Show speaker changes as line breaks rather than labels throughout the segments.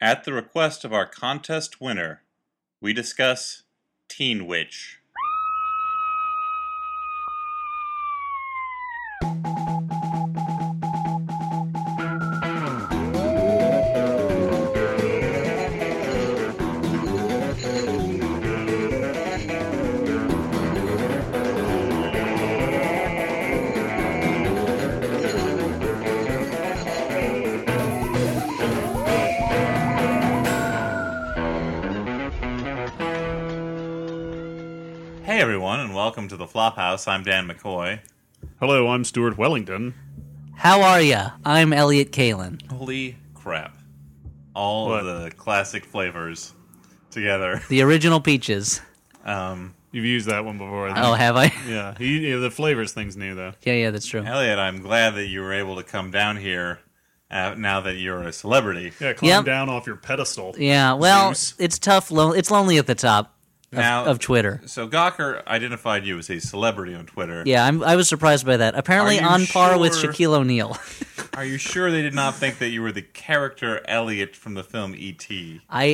At the request of our contest winner, we discuss Teen Witch. Hey everyone, and welcome to the Flophouse. I'm Dan McCoy.
Hello, I'm Stuart Wellington.
How are ya? I'm Elliot Kalin.
Holy crap! All
What?
of the classic flavors together.
The original peaches.
Um,
You've used that one before. I think.
Oh, have I?
yeah. He, yeah, the flavors thing's new though.
Yeah, yeah, that's true.
Elliot, I'm glad that you were able to come down here uh, now that you're a celebrity.
Yeah, climb
Yep.
down off your pedestal.
Yeah, well,
Zeus.
it's tough. Lo- it's lonely at the top of,
Now-
of Twitter.
So Gawker identified you as a celebrity on Twitter.
Yeah, I'm, I was surprised by that. Apparently,
Are you
on par with
sure?
Shaquille O'Neal.
Are you sure they did not think that you were the character Elliot from the film E.T.
I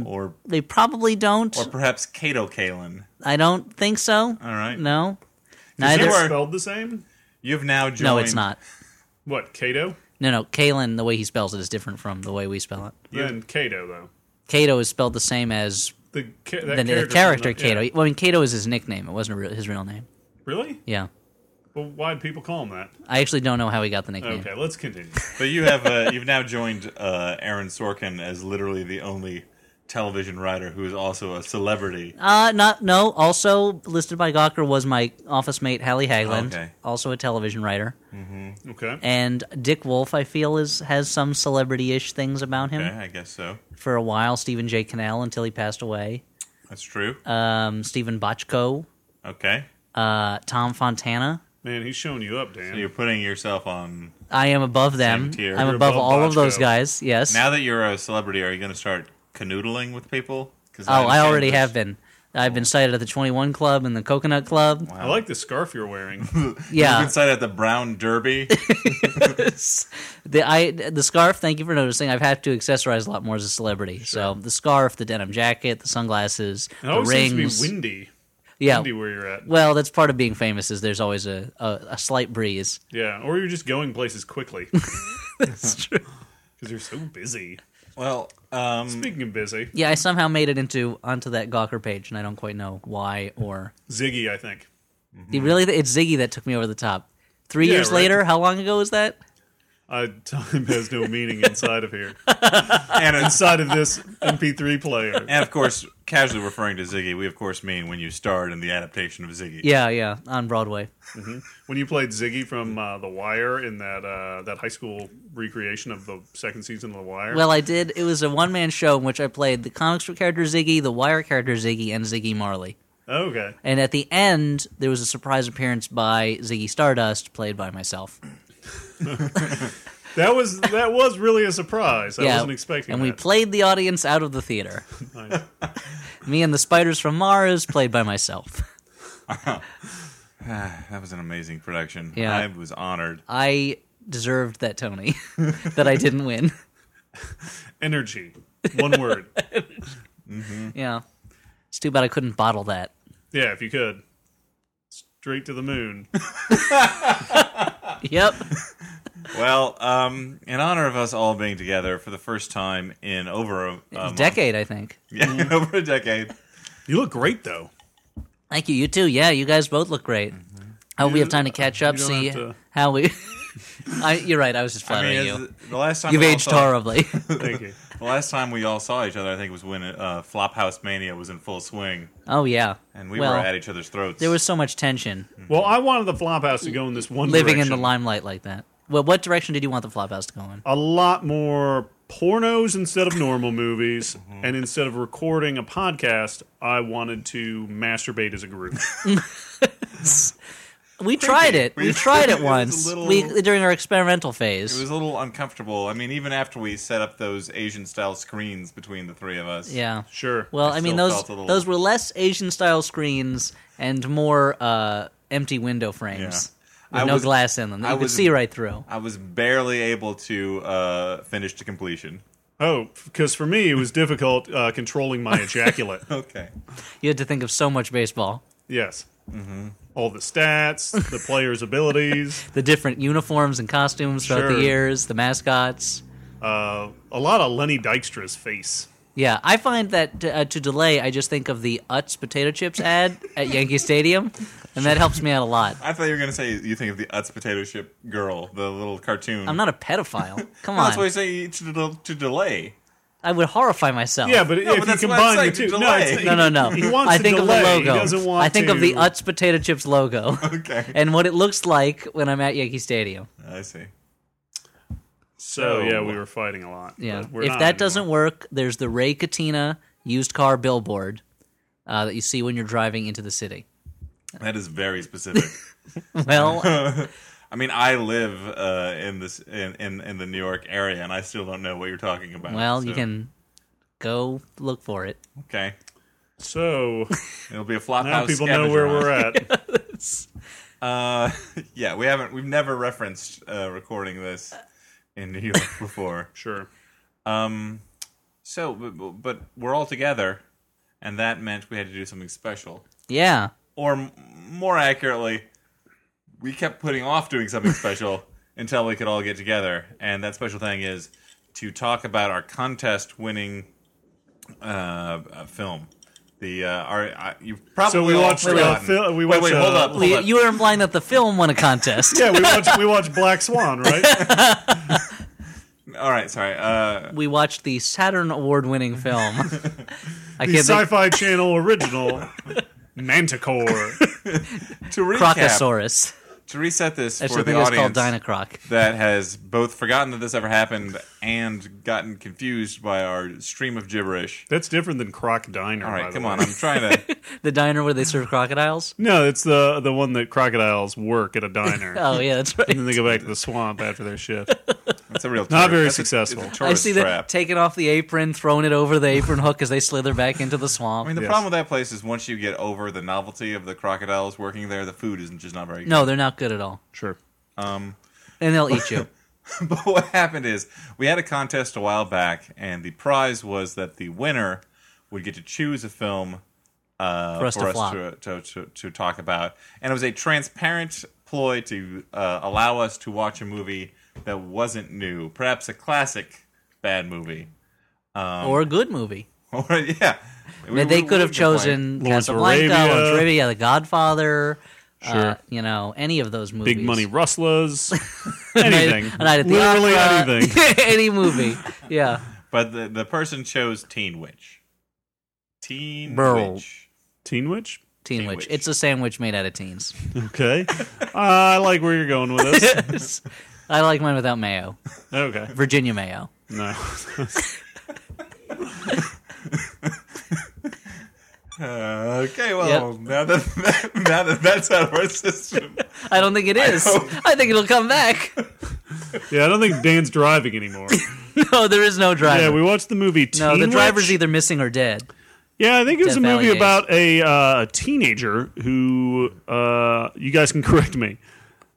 am.
or
They probably don't.
or perhaps Cato Kalin?
I don't think so.
All right.
No.
Is
Neither.
it
were-
spelled the same?
You've now joined.
no, it's not.
What, Cato?
No, no. Kalin, the way he spells it is different from the way we spell it.
Yeah. Then Cato though.
Cato is spelled the same as
The, ca-
the,
that
the
character's
character
not-
Cato.
yeah.
Well, I mean, Cato is his nickname. It wasn't a real, his real name.
Really?
Yeah.
Well, why'd people call him that?
I actually don't know how he got the nickname.
Okay, let's continue.
But you have uh, you've now joined uh, Aaron Sorkin as literally the only television writer who is also a celebrity.
Uh, not no. Also listed by Gawker was my office mate Hallie Hagland,
Okay.
also a television writer,
Okay.
and Dick Wolf. I feel is has some celebrity-ish things about him
Okay, I guess so.
for a while. Stephen J. Cannell until he passed away.
That's true.
Um, Stephen Bochco,
Okay,
uh, Tom Fontana.
Man, he's showing you up, Dan.
so you're putting yourself on.
I am above them.
Same tier.
I'm
You're
above,
above
all of those
Bochco.
guys. Yes.
Now that you're a celebrity, are you going to start canoodling with people? 'Cause
oh, I
understand
already
this-
have been. I've been cited at the 21 Club and the Coconut Club.
I like the scarf you're wearing.
You've
Yeah.
been cited at the Brown Derby.
The I the scarf. Thank you for noticing. I've had to accessorize a lot more as a celebrity. So the scarf, the denim jacket, the sunglasses,
It
the
always
rings.
seems to be windy.
yeah.
Windy where you're at.
Well, that's part of being famous. Is there's always a, a, a slight breeze.
Yeah, or you're just going places quickly because
That's true.
you're so busy.
well, um,
Speaking of busy,
Yeah, I somehow made it into onto that Gawker page, and I don't quite know why or.
Ziggy, I think.
You really, it's Ziggy that took me over the top. Three
Mm-hmm. Yeah,
years
right.
later, how long ago was that?
Uh, time has no meaning inside of here.
and it's
Inside of this MP3 player.
And of course, casually referring to Ziggy, we of course mean when you starred in the adaptation of Ziggy.
Yeah, yeah, on Broadway.
When you played Ziggy from uh, The Wire in that uh, that high school recreation of the second season of The Wire,
Well, I did. It was a one man show in which I played the comics book character Ziggy, the Wire character Ziggy, and Ziggy Marley.
okay,
And at the end, there was a surprise appearance by Ziggy Stardust, played by myself.
that was that was really a surprise. I wasn't expecting
And we
that.
played the audience out of the theater.
Nice.
Me and the spiders from Mars, played by myself.
That was an amazing production.
Yeah.
I was honored.
I deserved that Tony that I didn't win.
Energy, one word.
Yeah, it's too bad I couldn't bottle that.
Yeah, if you could, straight to the moon.
Yep.
Well, um, in honor of us all being together for the first time in over a, a month-
Decade, I think.
yeah,
Mm-hmm.
in over a decade,
You look great though.
Thank you. You too. Yeah, you guys both look great. I hope we have time to catch up.
Mm-hmm. You don't
See
have to-
how we. I, you're right. I was just
I
flattering
mean, as
you.
the last time
You've
we all
aged
saw-
horribly.
Thank you.
The last time we all saw each other, I think, was when uh, Flophouse Mania was in full swing,
oh yeah.
and we
well,
were at each other's throats.
there was so much tension.
Mm-hmm.
Well, I wanted the Flophouse to go in this one
living in
direction.
the limelight like that. Well, what direction did you want the flophouse to go in?
a lot more pornos instead of normal movies, and instead of recording a podcast, I wanted to masturbate as a group.
We tried it. We
We-
tried
it was
it once.
a little-
We during our experimental
It
phase.
was a little uncomfortable. I mean, even after we set up those Asian style screens between the three of us,
yeah.
Sure.
Well,
I
I, mean
still
those
felt a little-
those were less Asian style screens and more uh, empty window frames
Yeah.
with
I
no
was-
glass in them. That
I
you could
was-
see right through.
I was barely able to uh, finish to completion.
Oh, because for me it was difficult uh, controlling my ejaculate.
Okay.
You had to think of so much baseball,
Yes.
Mm-hmm.
All the stats, the players' abilities,
the different uniforms and costumes throughout
Sure.
the years, the mascots.
uh, a lot of Lenny Dykstra's face.
Yeah, I find that uh, to delay, I just think of the Utz potato chips ad at Yankee Stadium, and that helps me out a lot.
I thought you were going to say you think of the Utz potato chip girl, the little cartoon.
I'm not a pedophile. Come
No,
on,
that's why you say to, del- to delay.
I would horrify myself.
Yeah, but
No, but
if you
that's what I'm
combine the
saying,
two,
to
no,
delay.
it's-
no, no, no.
He wants
I
to
think of
delay.
the
He
logo.
doesn't want
I think of the
to-
Utz potato chips logo
Okay.
and what it looks like when I'm at Yankee Stadium.
I see. So-
So yeah, we were fighting a lot.
Yeah.
but we're
If
not
that doesn't
anymore.
work, there's the Ray Katina used car billboard uh, that you see when you're driving into the city.
That is very specific.
Well,
I mean, I live uh, in this in, in in the New York area, and I still don't know what you're talking about.
well, you
so-
can go look for it.
Okay,
so
it'll be a flop
now
house.
people know where
scavenger hunt.
we're at.
Uh, yeah, we haven't. We've never referenced uh, recording this in New York before.
Sure.
Um, so, but, but we're all together, and that meant we had to do something special,
Yeah.
or m- more accurately, we kept putting off doing something special until we could all get together. And that special thing is to talk about our contest-winning uh, uh, film. The uh, our uh, you probably
So we
all
watched, uh,
forgotten.
fil- we
wait,
watched,
wait, hold
uh,
up, hold
We-
up.
you were implying that the film won a contest.
Yeah, we watch we watch Black Swan, right?
all right, sorry. Uh,
We watched the Saturn Award winning film. I
The
can't think.
Sci-Fi Channel original. Manticore.
to recap,
Crocosaurus.
to reset this
That's
for
the
the
thing it's called
audience
Dinocroc.
that has both forgotten that this ever happened and gotten confused by our stream of gibberish.
That's different than Croc Diner.
All
by
right,
the
come
way.
on. I'm trying to.
The diner where they serve crocodiles.
No, it's the the one that crocodiles work at a diner, and
Oh yeah, that's right.
then they go back to the swamp after their shift.
It's a real
Not
tourist-
very
that's a- it's a
successful. I
I
tourist
see them
trap.
taking off the apron, throwing it over the apron hook as they slither back into the swamp.
I mean, the
Yes.
problem with that place is once you get over the novelty of the crocodiles working there, the food isn't just not very good.
no, they're not good at all,
Sure.
and they'll eat you.
But what happened is we had a contest a while back, and the prize was that the winner would get to choose a film uh,
For us to flop.
to, to, to, to talk about. And it was a transparent ploy to uh, allow us to watch a movie that wasn't new, perhaps a classic bad movie.
Um,
or a good movie.
Or, yeah. We-
they
we-
could
we complained.
have chosen
Lawrence of
Casablanca,
Arabia.
Lawrence of Arabia, The Godfather. Uh,
Sure.
you know, any of those movies.
Big money rustlers.
A night-
Anything.
A night at the
Literally
Opera,
anything.
Uh, any movie. Yeah.
But the, the person chose Teen Witch. Teen
Burl.
Witch.
Teen Witch.
Teen
Teen
Witch.
Witch.
It's a sandwich made out of teens.
Okay. Uh, I like where you're going with this.
I like mine without mayo.
Okay.
Virginia mayo.
No.
Uh, okay, well, now, that, now that that's out of our system.
I don't think it is.
hope-
I, think it'll come back.
Yeah, I don't think Dan's driving anymore.
no, there is no driver.
Yeah, we watched the movie Teen
no, the
Witch.
driver's either missing or dead.
Yeah, I think it was
Death
a movie
Valley Days.
about a uh, teenager who uh, you guys can correct me.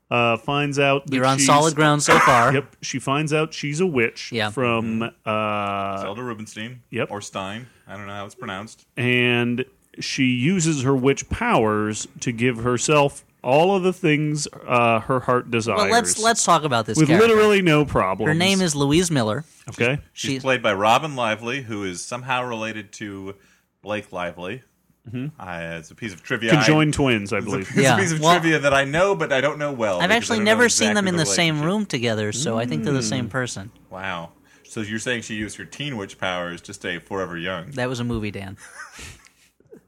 Uh, finds out that
You're on
she's-
solid ground so far.
Yep, she finds out she's a witch
Yeah. Mm-hmm.
from uh,
Zelda Rubinstein.
Yep.
Or Stein. I don't know how it's pronounced.
and she uses her witch powers to give herself all of the things uh, her heart desires.
Well, let's let's talk about this
with
character.
literally no problems.
Her name is Louise Miller.
okay.
She's
She's
played by Robin Lively, who is somehow related to Blake Lively. Mm-hmm. it's a piece of trivia. I-
Conjoined twins, I
it's a-
believe.
it's
Yeah,
a piece of
well-
trivia that I know, but I don't know well.
I've
because I
actually
don't know
never seen them
exactly
in the same
relationship.
room together, so I think they're the
Hmm.
same person.
Wow. So you're saying she used her teen witch powers to stay forever young?
That was a movie, Dan.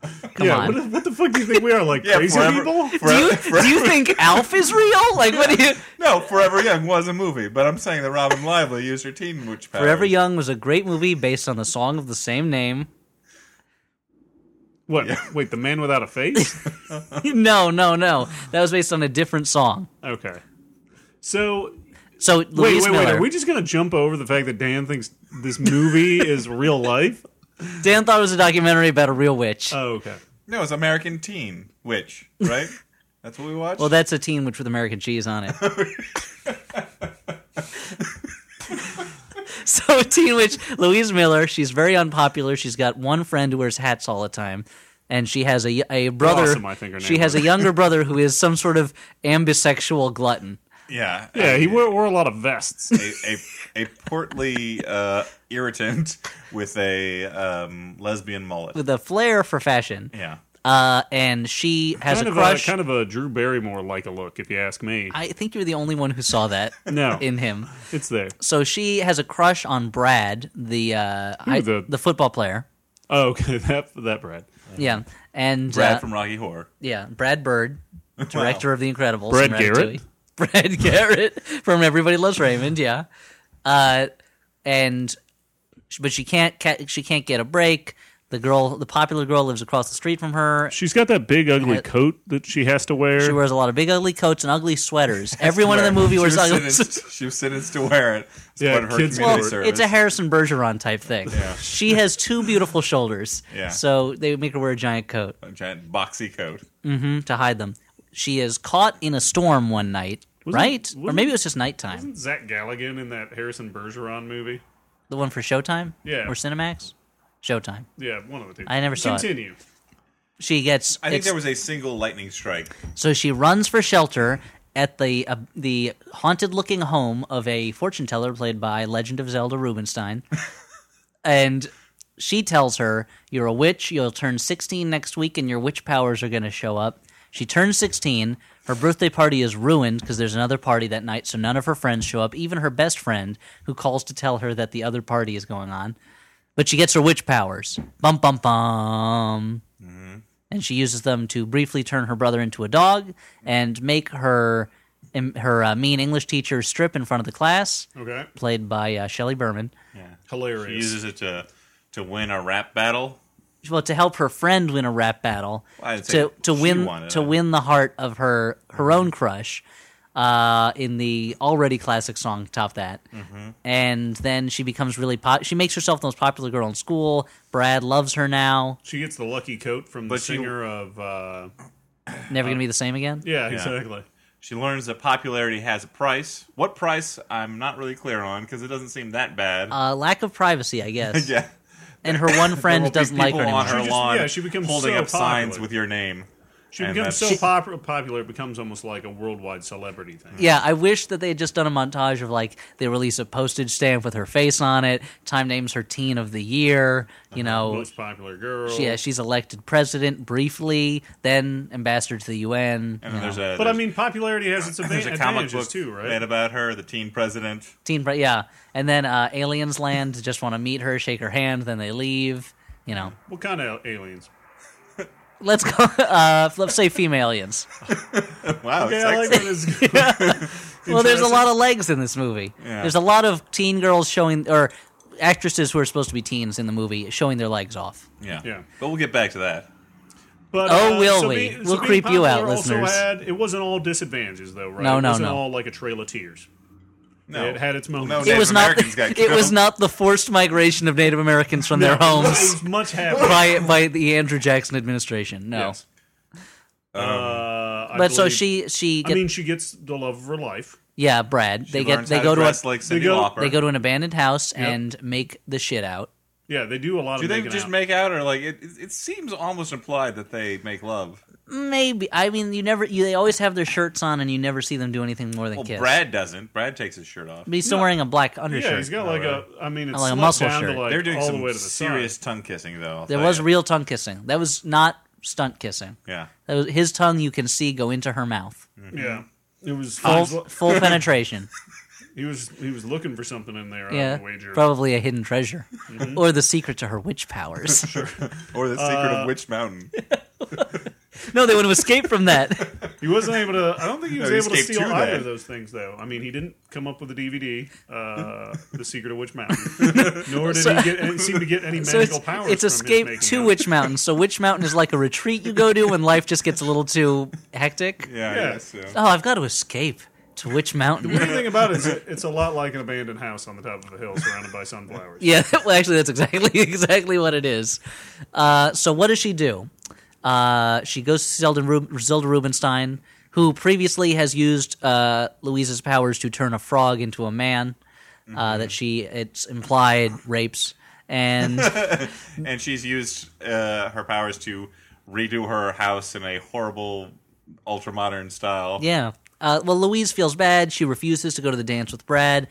Come
yeah,
on.
what, the- what the fuck do you think we are? Like
Yeah,
crazy
forever-
people?
do you
Forever,
do you think Alf is real? Like what do you
no, Forever Young was a movie, but I'm saying that Robin Lively used her teen witch powers.
Forever Young was a great movie based on the song of the same name.
What? Wait, the man without a face?
no, no, no. That was based on a different song.
Okay. So
So
wait,
Louise
wait, wait.
Miller.
Are we just gonna jump over the fact that Dan thinks this movie is real life?
Dan thought it was a documentary about a real witch.
Oh, okay.
No, it's American Teen Witch, right? That's what we watched.
well, that's a teen witch with American cheese on it. so a teen witch, Louise Miller. She's very unpopular. She's got one friend who wears hats all the time, and she has a, a brother.
Blossom, I think her name
she has
was.
a younger brother who is some sort of ambisexual glutton.
Yeah.
Yeah, he
Uh,
wore, wore a lot of vests.
a, a, a portly uh, irritant with a um, lesbian mullet.
with a flair for fashion.
Yeah.
Uh, and she has
kind
a
of
crush.
a kind of a Drew Barrymore like a look, if you ask me.
I think you're the only one who saw that
no,
in him.
it's there.
So she has a crush on Brad, the uh, I-
the-
the football player.
Oh, okay, that that Brad.
Yeah, and
Brad
uh,
from Rocky Horror.
yeah, Brad Bird, director of The Incredibles.
Brad
and
Garrett?
Ratatouille. Brad Garrett from Everybody Loves Raymond. Yeah, uh, and but she can't ca- she can't get a break. The girl, the popular girl, lives across the street from her.
She's got that big ugly
Uh,
coat that she has to wear.
She wears a lot of big ugly coats and ugly sweaters. Everyone in the movie
She
wears ugly.
sentenced, she was sentenced to wear it. It's
Yeah,
part of her
kids
community
wore it.
service.
It's a Harrison Bergeron type thing. She has two beautiful shoulders.
Yeah.
So they make her wear a giant coat
A giant boxy coat.
hmm, to hide them. She is caught in a storm one night,
Wasn't-
right? or
wasn't-
maybe it was just nighttime.
Zach Galligan in that Harrison Bergeron movie.
The one for Showtime?
Yeah.
Or Cinemax? Showtime.
Yeah, one of the two.
I never saw it.
Continue.
She gets.
I think
it's-
there was a single lightning strike.
So she runs for shelter at the uh, the haunted looking home of a fortune teller played by Legend of Zelda Rubinstein, and she tells her, "You're a witch. You'll turn 16 next week, and your witch powers are going to show up." She turns 16. Her birthday party is ruined because there's another party that night, so none of her friends show up, even her best friend, who calls to tell her that the other party is going on. But she gets her witch powers. Bum bum bum and she uses them to briefly turn her brother into a dog and make her im- her uh, mean English teacher strip in front of the class,
Okay.
played by uh, Shelley Berman.
Yeah. She
Hilarious.
uses it to to win a rap battle.
Well, to help her friend win a rap battle,
Well, I'd say
to to
she
win
wanted
to
it. Mm-hmm.
win the heart of her her own crush, uh, in the already classic song "Top That,"
Mm-hmm.
and then she becomes really pop. She makes herself the most popular girl in school. Brad loves her now.
She gets the lucky coat from the
But she-
singer of. Uh,
Never gonna be the same again.
yeah, exactly.
She learns that popularity has a price. What price? I'm not really clear on because it doesn't seem that bad.
Uh, lack of privacy, I guess.
yeah.
And her one
There will
friend
be
doesn't like her
people
anymore.
on her
She just-
lawn.
yeah, she becomes
holding
so
up signs
popular.
with your name.
She
And
becomes so
that's-
pop- popular, it becomes almost like a worldwide celebrity thing.
Yeah, I wish that they had just done a montage of like they release a postage stamp with her face on it. Time names her teen of the year.
Uh-huh.
You know,
Most popular girl.
she, yeah, she's elected president briefly, then ambassador to the UN.
And
you
then there's
know.
a
But I
there's-
mean, popularity has its
there's a
advan-
comic
advantages
book
too,
made
right?
about her, the teen president.
teen, pre- yeah, and then uh, aliens land, just want to meet her, shake her hand, then they leave. You know,
What kind of aliens?
let's go. Uh, let's say female aliens.
Wow,
Okay, I
sexy.
like where this is going.
Well, there's a
Interesting.
lot of legs in this movie.
Yeah.
There's a lot of teen girls showing or actresses who are supposed to be teens in the movie showing their legs off.
yeah.
Yeah.
But we'll get back to that.
But,
Oh,
uh,
will
so
we?
being- so
We'll
being
creep you out,
popular also
listeners.
Had, it wasn't all disadvantages, though, right?
No,
it
no,
wasn't
no.
all like a trail of tears.
No,
It had its moments.
No,
it
Native
was not.
Americans got
It was
killed.
not the forced migration of Native Americans from their
No,
homes
it was much happier.
by by the Andrew Jackson administration. No,
Yes. Uh, I
but so
believe-
she she
I
get,
mean, she gets the love of her life.
yeah Brad. They
She
get
learns
they
how
go to,
dress
a,
like Cindy
go-
Lauper.
they go to an abandoned house and make the shit out.
Yeah, they do a lot
Do
of
they
making
just
out.
make out, or like it? It it seems almost implied that they make love.
Maybe I mean you never you, they always have their shirts on and you never see them do anything more than
Well,
kiss.
Brad doesn't. Brad takes his shirt off.
but he's still
No.
wearing a black
Yeah,
undershirt.
he's got like a. I mean, it's
Like a
slipped
muscle
down
shirt.
To like
They're doing
all
some
the way to the
serious
side.
tongue kissing, though. I'll
There
tell
was
ya.
real tongue kissing. That was not stunt kissing.
yeah.
That was his tongue. You can see go into her mouth.
Yeah,
Mm-hmm.
it was.
Full,
he was-
full penetration.
He was he was looking for something in there. I
Yeah,
would wager. Mm-hmm.
probably a hidden treasure or the secret to her witch powers.
Or the secret of Witch Mountain.
no, they would have escaped from that.
He wasn't able to. I don't think he was
No, he
able to
escaped
steal
to
either
that.
of those things, though. I mean, he didn't come up with a DVD, uh, "The Secret of Witch Mountain," nor did he get and seem to get any
So it's,
magical powers.
it's
from his
escape
making
to
out.
Witch Mountain. So Witch Mountain is like a retreat you go to when life just gets a little too hectic.
Yeah, I
Yeah.
guess so.
Oh, I've got to escape to Witch
The
Mountain.
only thing about it is, it's a lot like an abandoned house on the top of a hill, surrounded by sunflowers.
yeah, well, actually, that's exactly exactly what it is. Uh, so what does she do? Uh, she goes to Zelda, Rub- Zelda Rubinstein, who previously has used uh, Louise's powers to turn a frog into a man. uh, that she it's implied rapes and
and she's used uh, her powers to redo her house in a horrible ultra modern style.
yeah. Uh, well, Louise feels bad. She refuses to go to the dance with Brad,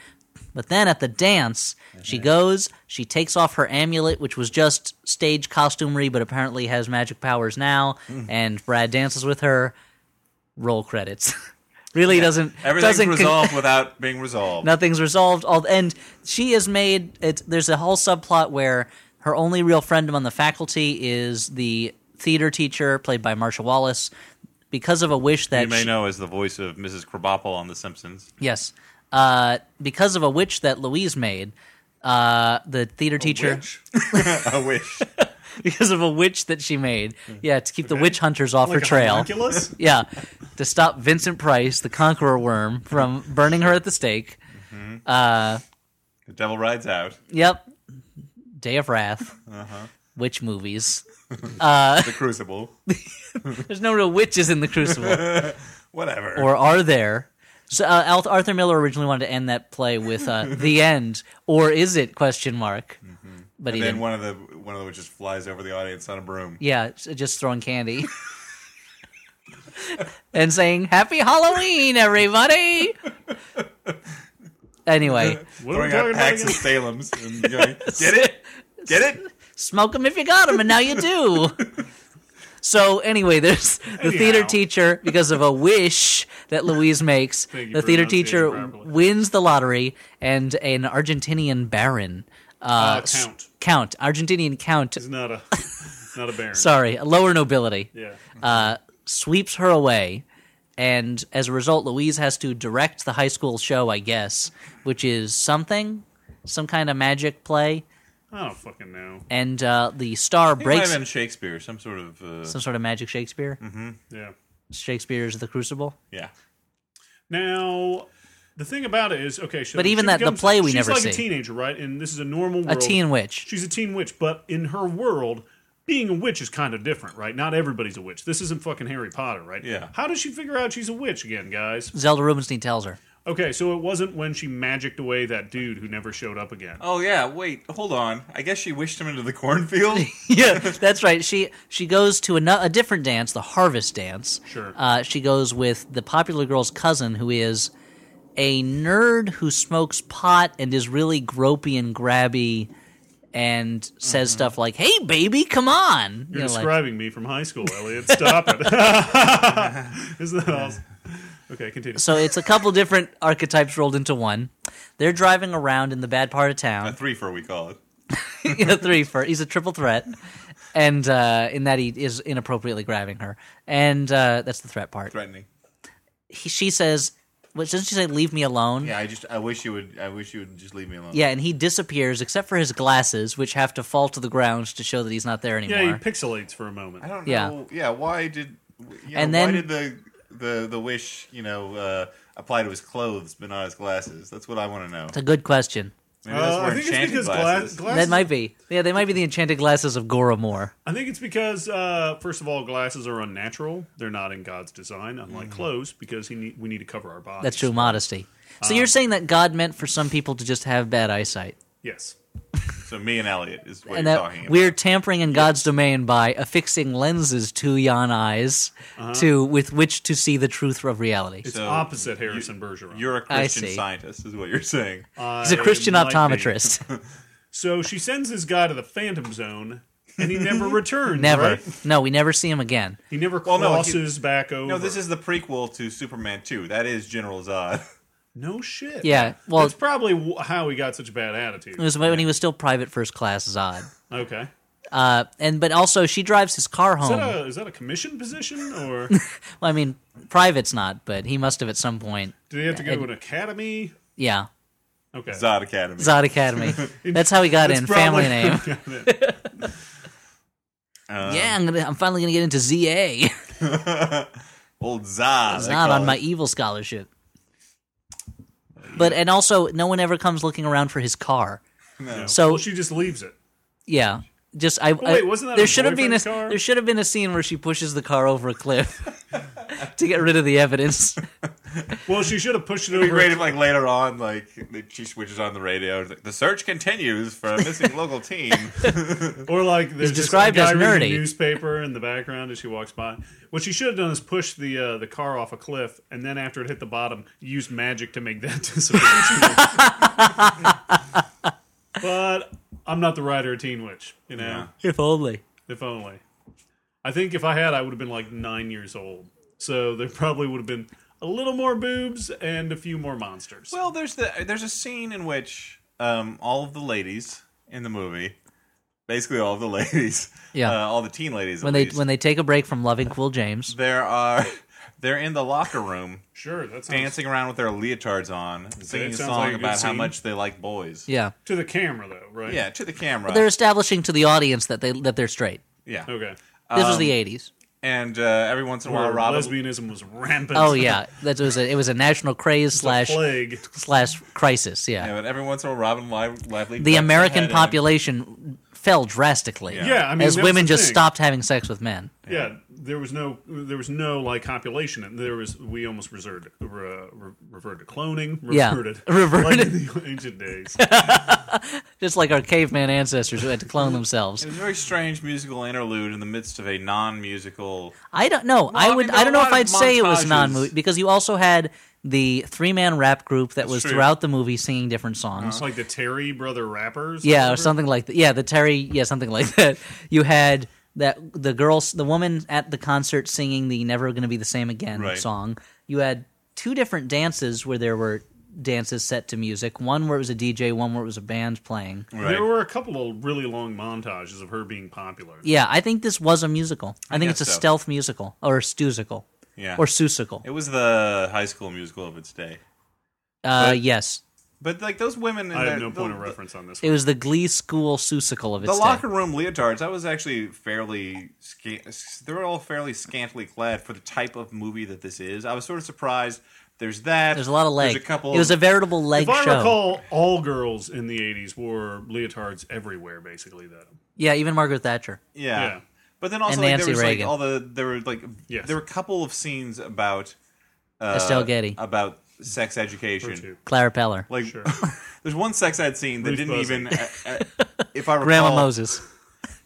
but then at the dance, she goes. She takes off her amulet, which was just stage costumery, but apparently has magic powers now.
Hmm.
And Brad dances with her. Roll credits. really doesn't
Everything's
doesn't con-
resolved without being resolved.
nothing's resolved. All and she is made. It, there's a whole subplot where her only real friend among the faculty is the theater teacher played by Marsha Wallace because of a wish that
you may
she-
know as the voice of Mrs. Krabappel on The Simpsons.
yes, uh, because of a witch that Louise made. Uh, the theater teacher,
I wish.
because of a witch that she made, yeah, to keep the witch hunters off
Hmm. Like
her
a
trail,
homunculus?
yeah, to stop Vincent Price, the conqueror worm, from burning her at the stake.
The devil rides out.
Yep, Day of Wrath,
Uh-huh.
witch movies.
The Crucible.
There's no real witches in the Crucible,
Whatever.
or are there? So uh, Al- Arthur Miller originally wanted to end that play with uh, "The End," or is it? Question mark.
Mm-hmm.
But he
then
didn't.
one of the one of the witches flies over the audience on a broom.
Yeah, s- just throwing candy and saying "Happy Halloween, everybody." anyway,
What are we
throwing out
talking about
packs
again?
of Salem's and going, get it? Get it?
smoke them if you got them, and now you do. So anyway, there's the theater
Anyhow.
teacher because of a wish that Louise makes.
you
The
for
theater
enunciating
teacher
properly.
wins the lottery, and an Argentinian baron, uh,
Uh,
s-
count.
count, Argentinian count.
He's not a not a baron.
Sorry, a lower nobility
Yeah.
uh, sweeps her away, and as a result, Louise has to direct the high school show, I guess, which is something, some kind of magic play,
I don't fucking know.
and uh, the star
It might have
breaks.
been Shakespeare, some sort of. Uh,
some sort of magic Shakespeare.
Yeah.
Shakespeare's The Crucible.
yeah.
Now, the thing about it is, okay, so
But
she
even that- the
becomes-
play we
she's
never
like
see.
a teenager, right? And this is a normal
A
world.
teen witch.
She's a teen witch, but in her world, being a witch is kind of different, right? Not everybody's a witch. This isn't fucking Harry Potter, right?
Yeah.
How does she figure out she's a witch again, guys?
Zelda Rubinstein tells her.
Okay, so it wasn't when she magicked away that dude who never showed up again.
Oh, yeah, wait, hold on. I guess she wished him into the cornfield?
yeah, that's right. She she goes to ano- a different dance, the Harvest Dance.
Sure.
Uh, she goes with the popular girl's cousin, who is a nerd who smokes pot and is really gropey and grabby, and says stuff like, "Hey, baby, come on."
Mm-hmm. You're
know, like-
describing me from high school, Elliot. Stop it. Isn't that awesome? Okay, continue.
so it's a couple different archetypes rolled into one. They're driving around in the bad part of town.
A three for we call it.
a three for he's a triple threat and uh in that he is inappropriately grabbing her and uh that's the threat part
Threatening.
he, she says which doesn't she say leave me alone
Yeah, I just I wish you would I wish you would just leave me alone.
Yeah, and he disappears except for his glasses which have to fall to the ground to show that he's not there anymore
Yeah, he pixelates for a moment.
I don't
Yeah.
know. Yeah, why did you know,
And
why
then-
did the the the wish, you know, uh, apply to his clothes but not his glasses? That's what I want to know.
it's a good question
Maybe that's
Uh,
where
I think it's
enchanted
because
glasses.
gla- glasses.
that might be yeah they might be the enchanted glasses of goramore
I think it's because uh, first of all, glasses are unnatural. They're not in God's design,
Mm-hmm.
unlike clothes, because he need, we need to cover our bodies.
that's true modesty so you're saying that god meant for some people to just have bad eyesight
Yes.
so me and Elliot is what
and
you're
that
talking about.
we're tampering in God's domain by affixing lenses to yon eyes to with which to see the truth of reality.
It's
So
opposite Harrison Bergeron.
You're a
I
Christian
see. Um,
scientist, is what you're saying.
He's a
I
Christian
might be.
optometrist.
So she sends this guy to the Phantom Zone, and he never returns.
never.
right?
No, we never see him again.
He never
Well, no, he-
crosses back over.
no, this is the prequel to Superman 2. That is General Zod.
no shit.
Yeah. Well, Mm.
that's probably w- how he got such a bad attitude.
it was when he was still private first class Zod.
Okay, is
Uh, and but also she drives his car home.
that a is that a commission position or
well, I mean, private's not, but he must have at some point.
do they have to go to an academy?
Yeah.
Okay,
Zod Academy.
Zod Academy. That's how he got
That's
in.
probably-
Family name.
Um,
yeah, I'm, gonna, I'm finally going to get into ZA.
Old Zod.
It's
they
not
call
on my
it.
evil scholarship. But and also, no one ever comes looking around for his car.
No.
So-
Well, she just leaves it.
Yeah, just I.
wait,
I-
wasn't that
there
her
should have been a
boyfriend's car?
there should have been a scene where she pushes the car over a cliff. to get rid of the evidence.
Well, she should have pushed it
It'd be
over.
great if, like, later on, like, she switches on the radio. it's like, The search continues for a missing local team.
Or like there's just
described
a guy
as
reading
nerdy.
a newspaper in the background as she walks by. What she should have done is push the uh, the car off a cliff, and then after it hit the bottom, use magic to make that disappear. but I'm not the writer of Teen Witch, you know.
Yeah.
if only.
If only. I think if I had, I would have been like nine years old. So there probably would have been a little more boobs and a few more monsters.
Well, there's the there's a scene in which um, all of the ladies in the movie, basically all of the ladies,
Yeah.
uh, all the teen ladies,
When they when they take a break from loving Cool James,
there are they're in the locker room
sure, that sounds
dancing around with their leotards on, singing a
sounds
song
like a good
about how
scene.
much they like boys.
yeah,
to the camera though, right?
Yeah, to the camera.
they're establishing to the audience that they that they're straight.
yeah,
Okay.
This was the '80s.
and uh, every once in a while,
Where
Robin.
lesbianism was rampant.
Oh yeah, that was a, it was a national craze slash
plague.
slash crisis. Yeah,
Yeah, but every once in a while, Robin Liv- Lively.
the
ducks her
American
head in.
population fell drastically.
Yeah.
Yeah, I mean,
as
that was
women
the
just
thing.
stopped having sex with men.
Yeah, there was no, there was no like copulation, and there was we almost reserved, re, re, reverted to cloning,
Yeah,
reverted,
reverted.
like in the ancient days.
Just like our caveman ancestors who had to clone themselves.
It was a very strange musical interlude in the midst of a non-musical.
I don't know.
I
I
mean,
would.
there are
I don't
a
know
lot
if I'd
of
say it was
montages.
non-movie because you also had the three-man rap group that was
true.
throughout the movie singing different songs.
It's like the Terry brother rappers.
Yeah, or
whatever.
something like that. Yeah, the Terry. Yeah, something like that. You had that the girls, the woman at the concert singing the "Never Gonna Be the Same Again"
Right.
song. You had two different dances where there were dances set to music. One where it was a DJ, one where it was a band playing.
Right.
There were a couple of really long montages of her being popular.
Yeah, I think this was a musical. I, think it's a
guess so.
stealth musical or a stoosical
Yeah.
or susical.
It was the high school musical of its day.
Uh, yes,
But like those women, in
I have
the-
no point
the,
of reference on this.
it
One.
was the Glee school susical of
The
its day.
locker room leotards. I was actually fairly. Sca- they were all fairly scantily clad for the type of movie that this is. I was sort of surprised. There's that.
There's a lot of leg.
There's a couple.
It was a veritable leg
If I
show.
recall, all girls in the '80s wore leotards everywhere, basically. Though
yeah, even Margaret Thatcher.
yeah.
yeah.
But then also
And
like, there
Nancy
was
Reagan.
like all the there were like
Yes.
there were a couple of scenes about uh,
Estelle Getty.
about sex education.
too.
Clara Peller.
Like
Sure.
there's one sex ed scene that
Ruth
didn't
Buzzy.
even. Uh, uh, if I recall,
Grandma Moses.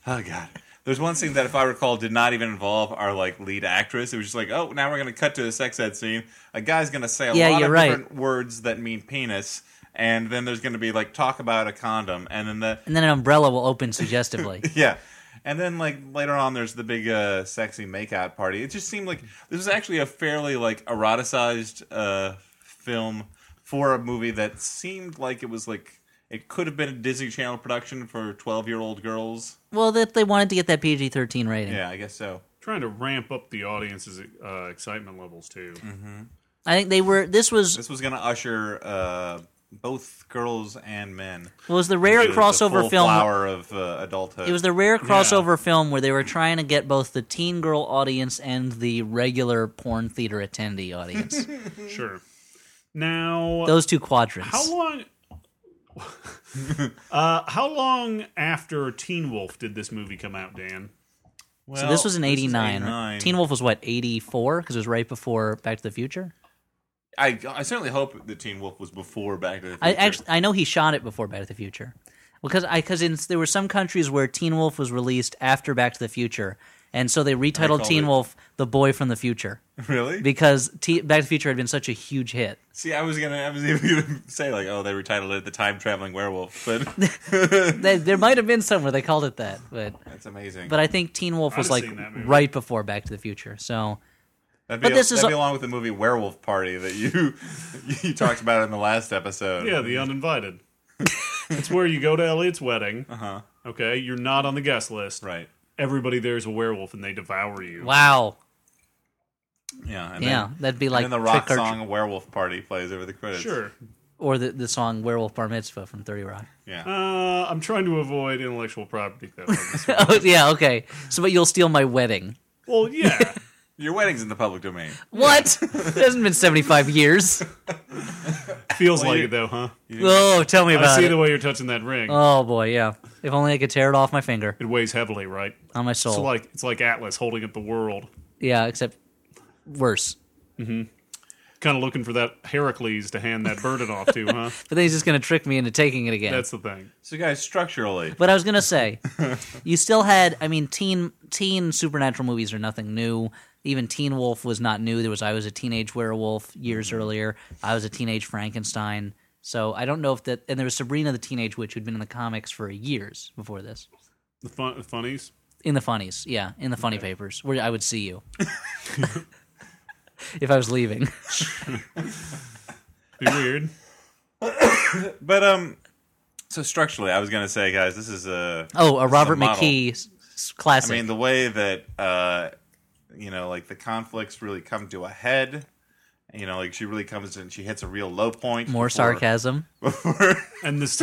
Oh god. There's one scene that, if I recall, did not even involve our like lead actress. It was just like, oh, now we're gonna cut to a sex ed scene. A guy's gonna say a
Yeah,
lot
you're
of
right.
different words that mean penis, and then there's gonna be like talk about a condom, and then the
And then an umbrella will open suggestively.
yeah, and then like later on, there's the big uh, sexy makeout party. It just seemed like this was actually a fairly like eroticized uh, film for a movie that seemed like it was like it could have been a Disney Channel production for twelve year old girls.
well, that they wanted to get that PG 13 rating.
Yeah, I guess so.
Trying to ramp up the audience's uh, excitement levels too.
I think they were, this was,
This was going to usher uh, both girls and men.
was the rare
into the
crossover
full
film.
flower of uh, adulthood.
It was the rare crossover film where they were trying to get both the teen girl audience and the regular porn theater attendee audience.
Sure. Now,
Those two quadrants.
how long? uh, how long after Teen Wolf did this movie come out, Dan?
well,
so this was in 89. right?
89.
Teen Wolf was what, 84? Because it was right before Back to the Future?
I, I certainly hope that Teen Wolf was before Back to the Future.
I actually I know he shot it before Back to the Future, because I because in there were some countries where Teen Wolf was released after Back to the Future, and so they retitled
called
Teen
it-
Wolf the Boy from the Future
really
because T- Back to the Future had been such a huge hit.
see. I was gonna I was even gonna say like, oh, they retitled it the time traveling werewolf, but
They, there might have been somewhere they called it that, but
that's amazing.
but I think Teen Wolf was
have
like
seen that movie.
right before Back to the Future, so.
that'd be,
but this is
that'd
a-
be along with the movie Werewolf Party that you you talked about in the last episode.
Yeah, the uninvited. it's where you go to Elliot's wedding. Uh huh. Okay, you're not on the guest list.
right.
Everybody there's a werewolf and they devour you.
Wow.
Yeah, and
Yeah,
Then,
that'd be like
and then the rock
Trick or-
song "Werewolf Party" plays over the credits.
Sure.
or the, the song Werewolf Bar Mitzvah from 30 Rock.
Yeah.
Uh, I'm trying to avoid intellectual property theft.
oh, yeah, okay. So, but you'll steal my wedding.
well, yeah.
Your wedding's in the public domain.
What? it hasn't been 75 years.
Feels like
you-
it though, huh?
Oh, tell me
I
about
see
it.
the way you're touching that ring.
oh boy, yeah. If only I could tear it off my finger
it weighs heavily, right?
on my
It's
soul.
like it's like Atlas holding up the world.
yeah, except worse.
Kind of looking for that Heracles to hand that burden off to, huh?
But then he's just going to trick me into taking it again.
That's the thing.
So, guys, structurally,
But I was gonna say, you still had. I mean, teen teen supernatural movies are nothing new. Even Teen Wolf was not new. There was I was a teenage werewolf years
Mm-hmm.
earlier. I was a teenage Frankenstein. So I don't know if that. And there was Sabrina the Teenage Witch, who'd been in the comics for years before this.
The fun, the funnies.
In the funnies, yeah, in the funny papers, where I would see you if I was leaving.
Be weird.
but um, so structurally, I was gonna say, guys, this is a.
Oh, a Robert
model.
McKee s- s-
I
classic.
mean, the way that uh, you know, like the conflicts really come to a head. You know, like she really comes and she hits a real low point.
More
before-
sarcasm.
And this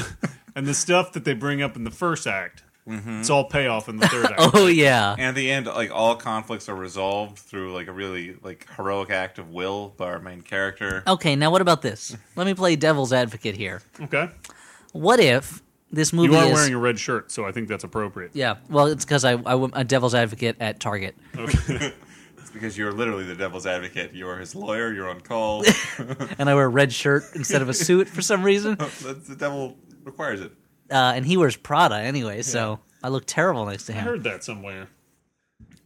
and the stuff that they bring up in the first act, it's all payoff in the third act.
Mm-hmm. Oh yeah,
And at the end, like all conflicts are resolved through like a really like heroic act of will by our main character.
Okay, now what about this? Let me play devil's advocate here.
Okay.
What if this movie
You are
is
wearing a red shirt, so I think that's appropriate.
yeah? Well, it's because I, I am a devil's advocate at Target.
It's because you're literally the devil's advocate. You are his lawyer. You're on call.
and I wear a red shirt instead of a suit for some reason, uh,
That's, the devil requires it.
and he wears Prada anyway, so I look terrible next to
I
him.
heard that somewhere.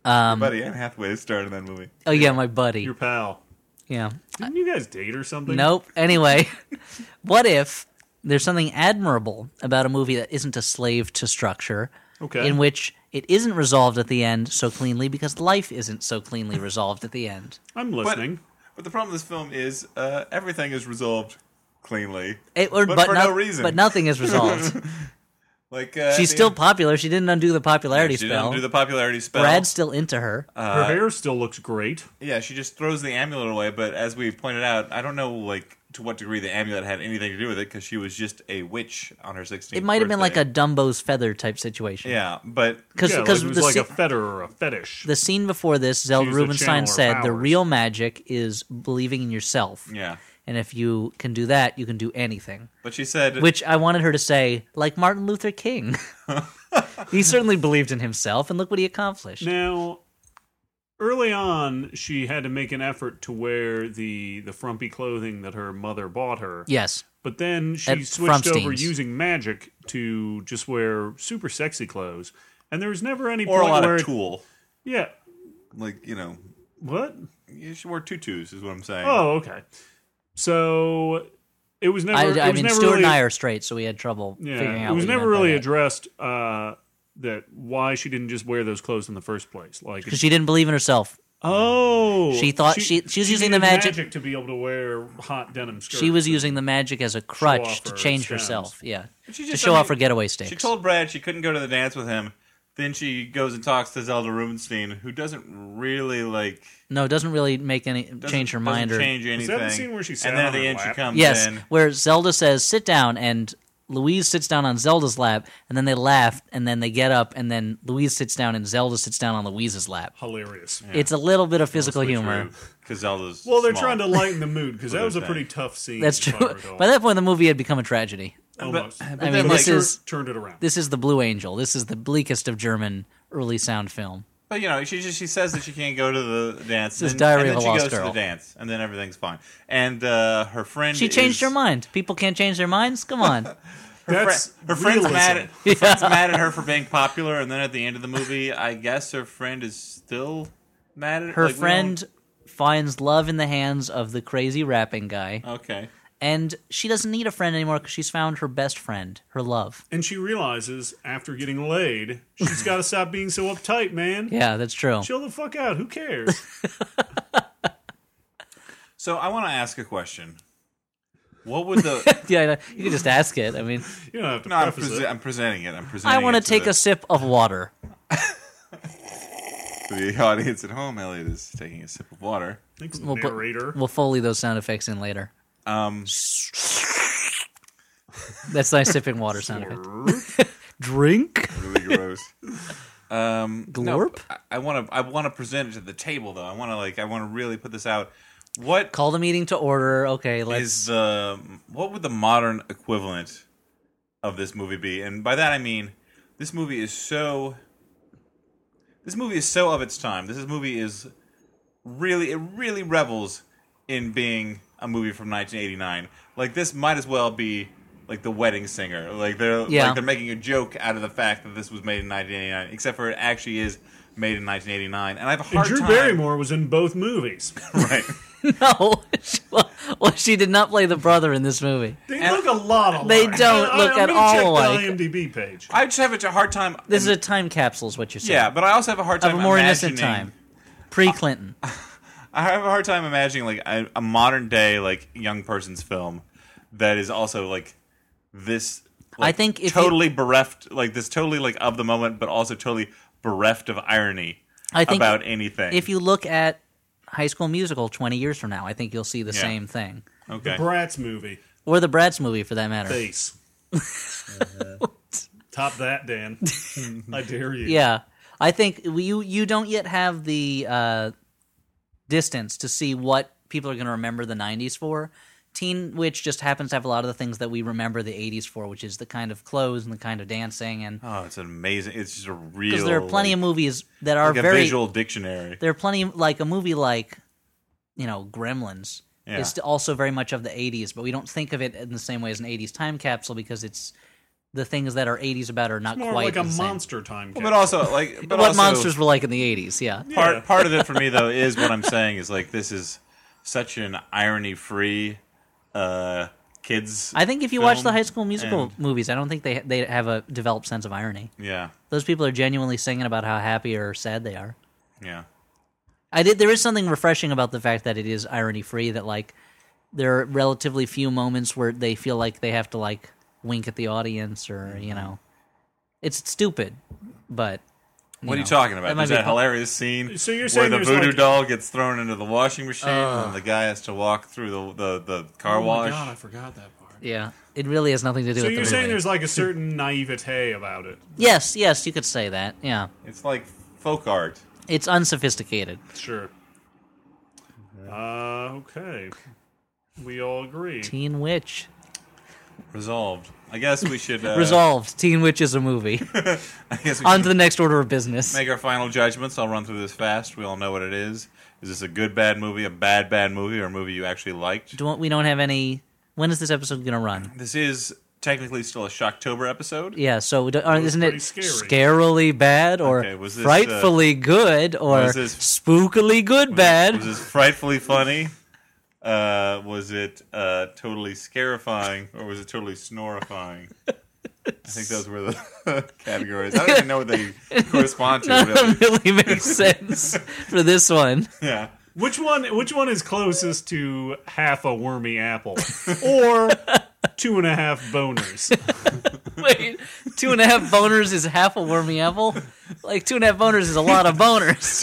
Um,
Buddy Anne Hathaway starred in that movie.
Oh yeah, my buddy.
Your pal.
Yeah.
Didn't you guys date or something?
Nope. Anyway, what if there's something admirable about a movie that isn't a slave to structure,
Okay.
in which it isn't resolved at the end so cleanly because life isn't so cleanly resolved at the end.
I'm
But,
listening.
but the problem with this film is uh, everything is resolved cleanly.
It, or,
But
but,
for
not-
no reason.
But nothing is resolved.
Like uh,
She's
the-
still popular. She didn't undo the popularity
she
spell.
didn't do the popularity spell. Ah,
Brad's still into her.
Her hair still looks great.
yeah, she just throws the amulet away. But as we pointed out, I don't know like to what degree the amulet had anything to do with it because she was just a witch on her 16th.
it might have been like a Dumbo's feather type situation.
yeah, but
Because
Yeah, like it was
the,
like
sce-
a fetter or a fetish.
the scene before this, Zelda
She's a
Rubinstein
channeler of
said the
powers."
real magic is believing in yourself.
yeah.
And if you can do that, you can do anything.
But she said,
Which I wanted her to say, like Martin Luther King. he certainly believed in himself, and look what he accomplished.
Now, early on, she had to make an effort to wear the the frumpy clothing that her mother bought her.
Yes.
But then she
At
switched over
Frumstein's.
using magic to just wear super sexy clothes, and there was never any
or a
point
lot
where
of tool,
yeah,
like you know,
what?
yeah, she wore tutus, is what I'm saying.
Oh, okay. So it was never.
I,
it was
I mean,
never
Stuart
really,
and I are straight, so we had trouble figuring
Yeah,
out.
it was
what he
never
meant by
really
that.
addressed uh, that why she didn't just wear those clothes in the first place. Like,
Because she didn't believe in herself.
oh,
She thought she- she was using the
needed
magic-
to be able to wear hot denim skirts.
She was using the magic as a crutch
off
to
her
change
stems.
herself. Yeah.
she
to
just-
show
I
off her
mean,
getaway stakes.
She told Brad she couldn't go to the dance with him. Then she goes and talks to Zelda Rubinstein, who doesn't really like
no, it doesn't really make any
doesn't-
change her
doesn't
mind or
change anything.
that the scene where she sat
and then
on
at the
her
end she
lap?
comes
Yes,
in.
where Zelda says sit down and Louise sits down on Zelda's lap and then they laugh and then they get up and then Louise sits down and Zelda sits down on Louise's lap.
hilarious.
It's a little bit of physical humor.
because Zelda's
Well, they're
small.
trying to lighten the mood because that was a
that.
pretty tough scene.
That's
if I
true.
recall.
By that point the movie had become a tragedy.
Almost.
but
I
then,
mean
But
like,
this
they tur-
is
turned it around.
this is the Blue Angel. This is the bleakest of German early sound film.
But you know, she just she says that she can't go to the dance.
is
and,
Diary
and then
of a
she
Lost
goes to
Girl.
the dance, and then everything's fine. And uh, her friend
She changed
is,
her mind. People can't change their minds? Come on.
Her, fri-
That's
her friend's
realism.
mad. At, her friend's mad at her for being popular, and then at the end of the movie, I guess her friend is still mad at
Her
like, we
friend finds love in the hands of the crazy rapping guy,
don't- Okay.
and she doesn't need a friend anymore because she's found her best friend, her love.
And she realizes after getting laid, she's got to stop being so uptight, man.
Yeah, that's true.
Chill the fuck out. Who cares?
So I want to ask a question. What would the?
Yeah, I know. you can just ask it. I mean,
You don't have to
no, I'm,
preface
prese-
it.
I'm presenting it. I'm presenting.
I want to
it
take
the-
a sip of water.
to the audience at home. Elliot is taking a sip of water.
Thanks,
We'll put-
narrator.
We'll foley those sound effects in later.
Um,
That's nice sipping water sound effect. Drink?
really gross. Um,
Glorp?
No, I want to. I want to present it to the table, though. I want to like. I want to really put this out. What
Call the meeting to order. Okay, let's.
is the? What would the modern equivalent of this movie be? And by that I mean, this movie is so. This movie is so of its time. This is- movie is really it really revels in being a movie from 1989. Like this might as well be like The Wedding Singer. Like they're
Yeah.
like they're making a joke out of the fact that this was made in 1989, except for it actually is made in 1989. And I have a hard
Drew
time.
Barrymore was in both movies.
Right.
No, she- well, well, she did not play the brother in this movie.
They
And-
look a lot alike.
They don't
I-
look
I'm
at
gonna
all
check
alike.
The IMDb page.
I just have a hard time.
This is a time capsule, is what you're saying.
yeah, but I also have a hard time
of a more innocent
imagining-
time, pre-Clinton.
I have a hard time imagining like a, a modern day like young person's film that is also like this. like,
I think if you-
totally bereft, like this, totally like of the moment, but also totally bereft of irony
I think
about anything.
if you look at High School Musical 20 years from now, I think you'll see the
Yeah.
same thing,
okay,
Bratz movie.
or the Bratz movie for that matter.
Face. Top that, Dan. I dare you.
Yeah, I think you you don't yet have the uh, distance to see what people are going to remember the '90s for. Teen Witch just happens to have a lot of the things that we remember the '80s for, which is the kind of clothes and the kind of dancing, and
oh, it's amazing. It's just a real.
because there are plenty of movies that are
like a
very
visual dictionary.
there are plenty of, like a movie like you know Gremlins
Yeah.
is also very much of the 80s, but we don't think of it in the same way as an 80s time capsule because it's the things that are 80s about are not
More
quite
like a
the same.
monster time.
But also, like, but
what
also,
monsters were like in the 80s, yeah.
part
Yeah.
part of it for me though is what I'm saying is like this is such an irony free uh kids.
I think if you
film.
watch the High School Musical
and-
movies, I don't think they they have a developed sense of irony.
yeah
Those people are genuinely singing about how happy or sad they are.
yeah
I did. There is something refreshing about the fact that it is irony free. That like there are relatively few moments where they feel like they have to like wink at the audience or you
Mm-hmm.
know, it's stupid, but
What are you
know,
talking
that
about?
might
There's
be
that
fun.
hilarious scene
So you're
where
saying
the
there's,
voodoo
like-
doll gets thrown into the washing machine
Uh.
and the guy has to walk through the, the, the car
Oh my
wash.
God, I forgot that part.
yeah, it really has nothing to do
So
with
you're
the
saying
movie.
there's like a certain naivete about it.
yes, yes, you could say that. Yeah,
It's like folk art.
it's unsophisticated.
Sure. Uh, okay. We all agree.
Teen Witch
Resolved. I guess we should uh,
resolved. Teen Witch is a movie.
I guess we
On
should
to the next order of business.
make our final judgments. I'll run through this fast. We all know what it is. Is this a good bad movie, a bad bad movie, or a movie you actually liked?
Don't, we don't have any. When is this episode going to run?
This is technically still a Shocktober episode.
Yeah, so do- aren't-
was
isn't it
pretty scary.
scarily bad or
Okay, was this, uh,
frightfully good or
was this-
spookily good bad?
Was this frightfully funny? Uh, was it uh, totally scarifying or was it totally snorifying? I think those were the categories. I don't even know what they correspond to. Really.
Doesn't really makes sense for this one.
Yeah.
Which one? Which one is closest to half a wormy apple, or two and a half boners?
Wait, two and a half boners is half a wormy apple. Like two and a half boners is a lot of boners.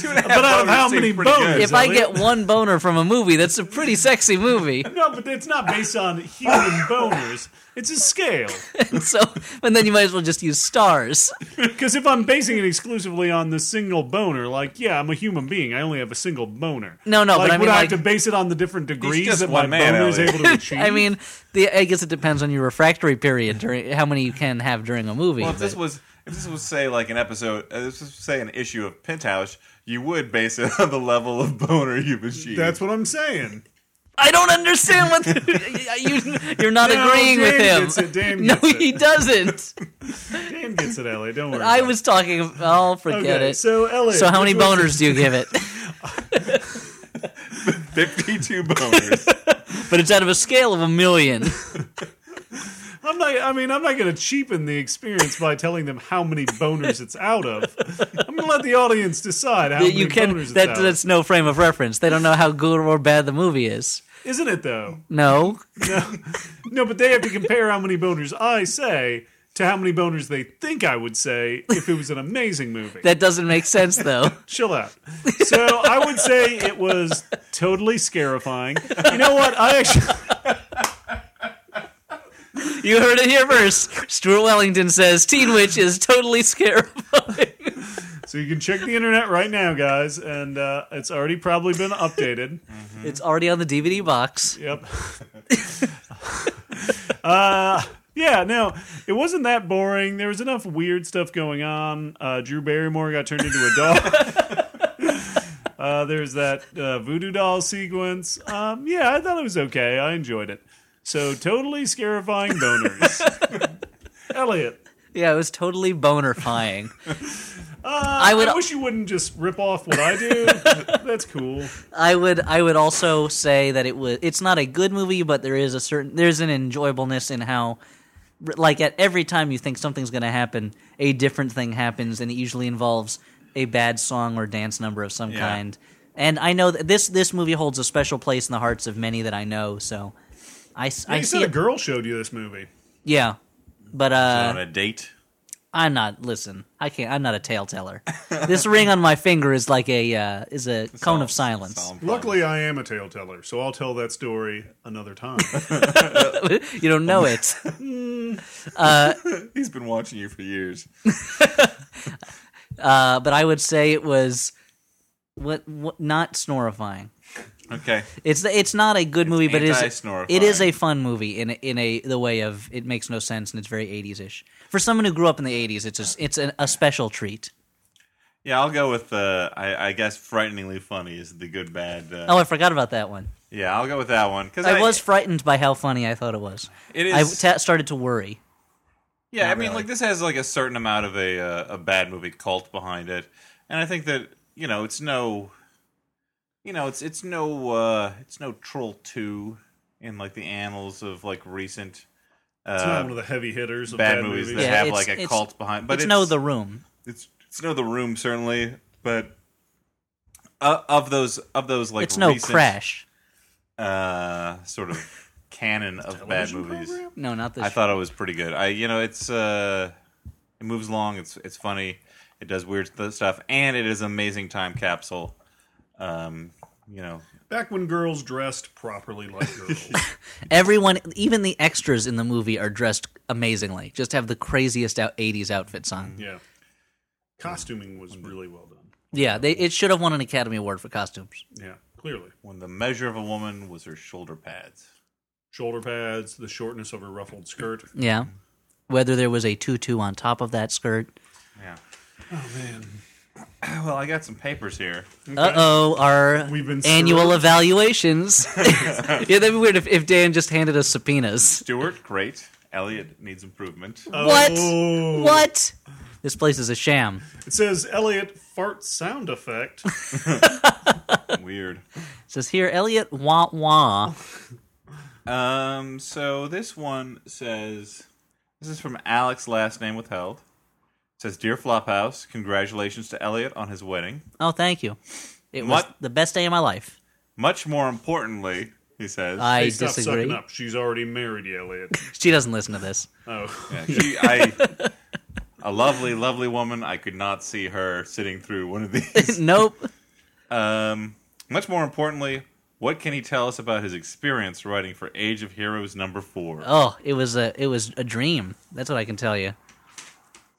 Two and a half
But out of
boners
how
seem
many
pretty good.
bones?
if I get one boner from a movie, that's a pretty sexy movie.
No, but it's not based on human boners. It's a scale.
And so, and then you might as well just use stars.
Because if I'm basing it exclusively on the single boner, like yeah, I'm a human being. I only have a single boner.
No, no, but
Like,
I mean,
would I
like-
have to base it on the different degrees
just
that my
one man,
boner is
Elliot.
able to achieve?
I mean, the I guess it depends on your refractory period during how many you can have during a movie.
Well, if this
but-
was if this was say like an episode, uh, this was say an issue of Penthouse, you would base it on the level of boner you've achieved.
that's what I'm saying.
I don't understand what the, you, you're not
No,
agreeing
Dan
with him.
gets it, Dan
no,
gets it.
he doesn't.
Dan gets it, Ellie. Don't worry.
I
about
was talking. I'll
it.
forget
okay.
it. So,
So Ellie,
how many
which was-
boners do you give it?
fifty-two boners.
but it's out of a scale of a million.
I'm not. I mean, I'm not going to cheapen the experience by telling them how many boners it's out of. I'm going to let the audience decide how many
you can.
boners it's
That,
out. of.
that's no frame of reference. They don't know how good or bad the movie is.
Isn't it though?
No,
No, but they have to compare how many boners I say to how many boners they think I would say if it was an amazing movie.
that doesn't make sense though.
Chill out. So I would say it was totally scarifying. You know what? I actually.
you heard it here first. Stuart Wellington says Teen Witch is totally scarifying.
Mm-hmm. So you can check the internet right now, guys, and uh, it's already probably been updated.
It's already on the DVD box.
Yep. uh, yeah, no, it wasn't that boring. There was enough weird stuff going on. Uh, Drew Barrymore got turned into a dog. Uh, there's that uh, voodoo doll sequence. Um, yeah, I thought it was okay. I enjoyed it. So totally scarifying boners. Elliot,
Yeah, it was totally bonerfying.
I,
I would.
wish you wouldn't just rip off what I do. That's cool.
I would. I would also say that it was. It's not a good movie, but there is a certain. There's an enjoyableness in how, like, at every time you think something's going to happen, a different thing happens, and it usually involves a bad song or dance number of some
Yeah.
kind. And I know that this this movie holds a special place in the hearts of many that I know. So, I, s- I
you
see.
said a
It,
girl showed you this movie.
yeah, but uh,
on a date.
I'm not. Listen, I can't. I'm not a tale teller. this ring on my finger is like a uh, is a cone of silence.
Solemn promise.
Luckily, I am a tale teller, so I'll tell that story another time.
you don't know it.
he's been watching you for years.
Uh, but I would say it was what, what not snorifying.
Okay,
It's it's not a good movie, but it is
anti-snorifying.
it is a fun movie in a, in a the way of it makes no sense and it's very 80s ish. For someone who grew up in the 80s, it's a, it's a, a special treat.
yeah, I'll go with uh, I, I guess frighteningly funny is the good bad. Uh,
Oh, I forgot about that one.
Yeah, I'll go with that one because
I was frightened by how funny I thought it was.
It
I
is.
ta started to worry.
yeah, I mean,
really.
like this has like a certain amount of a uh, a bad movie cult behind it, and I think that you know it's no, you know it's it's no uh it's no troll two in like the annals of like recent. Uh,
It's not one of the heavy hitters of
bad movies that
Yeah,
have
it's-
like a
it's-
cult behind. But
it's, no The Room.
it's it's no the room certainly, but uh, of those of those like
It's no
recent,
Crash.
uh, sort of canon of bad
Television
movies.
program?
No, not this.
I thought it was pretty good. I you know it's uh, it moves along. It's it's funny. It does weird th- stuff, and it is an amazing time capsule. Um, you know,
Back when girls dressed properly like girls.
Everyone, even the extras in the movie, are dressed amazingly. Just have the craziest out 80s outfits on.
yeah. Costuming was really well done.
Yeah, they, it should have won an Academy Award for costumes.
Yeah, clearly.
when the measure of a woman was her shoulder pads.
Shoulder pads, the shortness of her ruffled skirt.
Yeah. Whether there was a tutu on top of that skirt.
Yeah.
Oh, man.
Oh, Well, I got some papers here.
Uh oh, our
We've been
annual
served.
evaluations. yeah, that'd be weird if, if Dan just handed us subpoenas.
Stewart, great. Elliot needs improvement.
Uh, Oh.
What? What? This place is a sham.
It says Elliot fart sound effect.
Weird.
It says here, Elliot, wah wah.
Um, so this one says this is from Alex last name withheld. It says Dear Flophouse, congratulations to Elliot on his wedding.
Oh, thank you. It was
What?
the best day of my life.
Much more importantly, he says
I
Hey, stop sucking
disagree.
up. She's already married, you, Elliot.
She doesn't listen to this.
Oh.
Yeah, she, I a lovely, lovely woman. I could not see her sitting through one of these.
nope.
Um much more importantly, what can he tell us about his experience writing for Age of Heroes number four?
Oh, it was a it was a dream. That's what I can tell you.
Is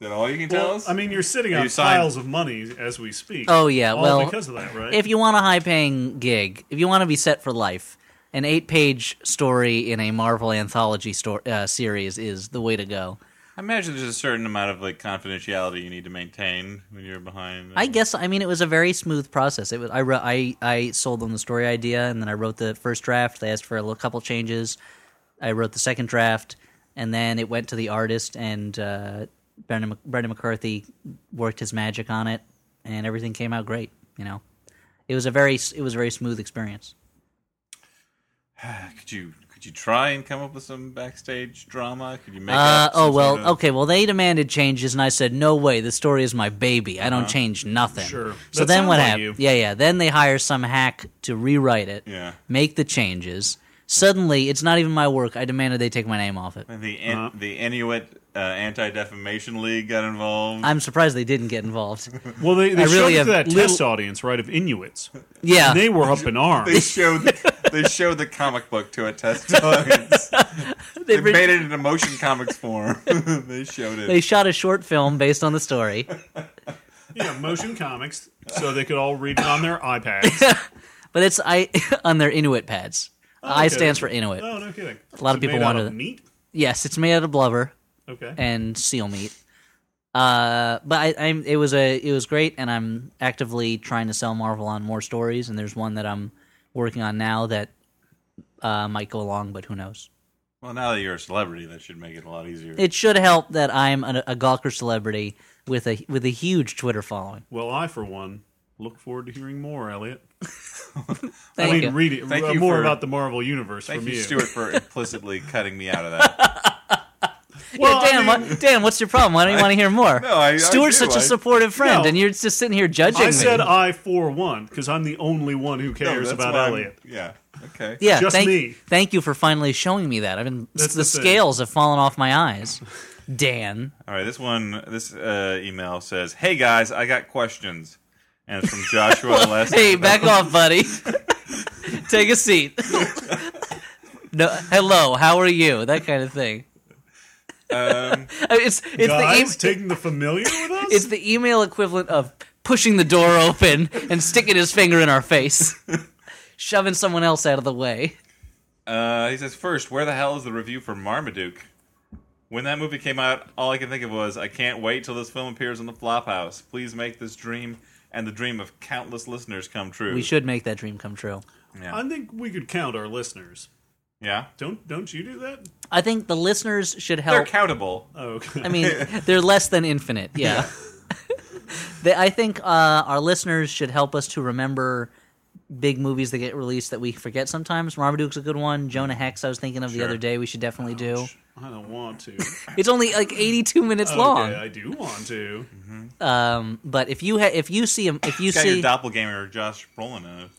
that all you can tell
Well,
us?
I mean, you're sitting on
you signed-
piles of money as we speak.
Oh, yeah,
All
well,
because of that, right?
If you want a high paying gig, if you want to be set for life, an eight page story in a Marvel anthology sto- uh, series is the way to go.
I imagine there's a certain amount of like confidentiality you need to maintain when you're behind.
I guess I mean it was a very smooth process. It was I wrote, I I sold them the story idea and then I wrote the first draft. They asked for a little, couple changes. I wrote the second draft and then it went to the artist and uh, Brendan, Mc- Brendan McCarthy worked his magic on it and everything came out great. You know, it was a very s- it was a very smooth experience.
Could you could you try and come up with some backstage drama? Could you make
Uh,
up?
oh
some
well,
sort of-
okay. Well, they demanded changes, and I said, "No way! The story is my baby. I don't change nothing."
Uh-huh. Sure.
So
That
then
sounds
what
like
happened?
you.
Yeah, yeah. Then they hire some hack to rewrite it.
Yeah.
Make the changes. Suddenly, it's not even my work. I demanded they take my name off it.
The in,
Uh-huh.
the Inuit uh, Anti Defamation League got involved.
I'm surprised they didn't get involved.
well, they, they
I
showed
really
it to
have
that
little- Uh.
test audience, right, of Inuits.
Yeah,
And they were up in
they
arms.
showed they showed the comic book to a test audience.
they,
they
re-
made it in a motion comics form. they showed it.
they shot a short film based on the story.
yeah, motion comics, so they could all read it on their iPads.
But it's I on their Inuit pads. I
okay.
stands for Inuit.
Oh, no kidding.
A lot
Is
of
it
people
made out
wanted
of
it.
meat.
Yes, it's made out of blubber
Okay.
and seal meat. Uh, but I, I'm, it was a it was great, and I'm actively trying to sell Marvel on more stories. And there's one that I'm working on now that uh, might go along, but who knows?
Well, now that you're a celebrity, that should make it a lot easier.
It should help that I'm a, a Gawker celebrity with a with a huge Twitter following.
Well, I for one look forward to hearing more, Elliot.
Thank
I mean,
you.
read it,
Thank
uh,
you
more
for-
about the Marvel universe
Thank
from
you,
you.
Stuart, for implicitly cutting me out of that.
Well, I
yeah, Dan,
mean-
what- Dan, what's your problem? Why don't you want to hear more?
No, I- I
Stuart's
do.
such a
I-
supportive friend,
No.
and you're just sitting here judging
I
me.
said uh, I for one because I'm the only one who
No,
cares
that's
about
why I'm-
Elliot.
Yeah. Okay.
yeah,
just
thank,
me.
Thank you for finally showing me that. I've been
That's
the,
the thing.
scales have fallen off my eyes. Dan,
All right. This one, this uh, email says, "Hey guys, I got questions," and it's from Joshua Les.
hey, back off, buddy. Take a seat. no, hello, how are you? That kind of thing.
Um,
I mean, It's it's
Guys,
the e-
taking the familiar with us.
it's the email equivalent of pushing the door open and sticking his finger in our face, shoving someone else out of the way.
Uh, he says, first, where the hell is the review for Marmaduke? When that movie came out, all I can think of was, I can't wait till this film appears on the Flophouse. Please make this dream and the dream of countless listeners come true.
We should make that dream come true.
Yeah.
I think we could count our listeners.
yeah.
Don't don't you do that?
I think the listeners should
They're
help.
countable.
Oh, okay.
I mean, they're less than infinite. Yeah. they, I think uh, our listeners should help us to remember big movies that get released that we forget sometimes. Marmaduke's a good one. Jonah Hex, I was thinking of the
Sure.
other day. We should definitely do.
I don't want to.
It's only like 82 minutes
Okay,
long.
I do want to.
Um, but if you ha- if you see 'em- if you
Got your
see
doppelganger Josh Brolin in it.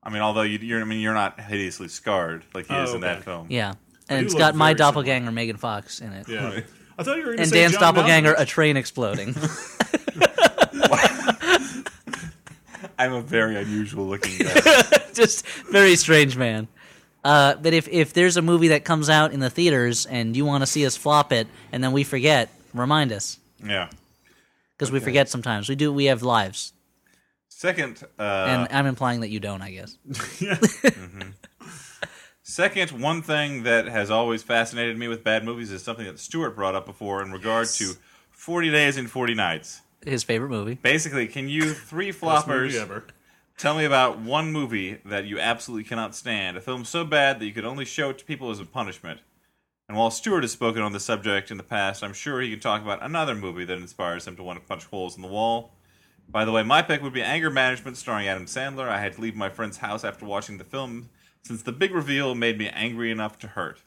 I mean, although you, you're, I mean, you're not hideously scarred like he
Oh,
is in that
okay.
film.
yeah, and
do
it's
look
got my
very similar.
doppelganger Megan Fox in it.
Yeah. I thought you were going to
And
say
Dan's
John
doppelganger,
Malkovich.
a train exploding.
I'm a very unusual looking guy.
just very strange man. Uh, but if if there's a movie that comes out in the theaters and you want to see us flop it and then we forget, remind us
yeah.
because we forget sometimes. We do. We have lives,
Second, uh,
and I'm implying that you don't. I guess.
Second, one thing that has always fascinated me with bad movies is something that Stuart brought up before in regard to 40 Days and 40 Nights.
His favorite movie.
Basically, can you three
uh,
Best movie
floppers
ever.
tell me about one movie that you absolutely cannot stand? A film so bad that you could only show it to people as a punishment. And while Stuart has spoken on the subject in the past, I'm sure he can talk about another movie that inspires him to want to punch holes in the wall. By the way, my pick would be Anger Management starring Adam Sandler. I had to leave my friend's house after watching the film since the big reveal made me angry enough to hurt.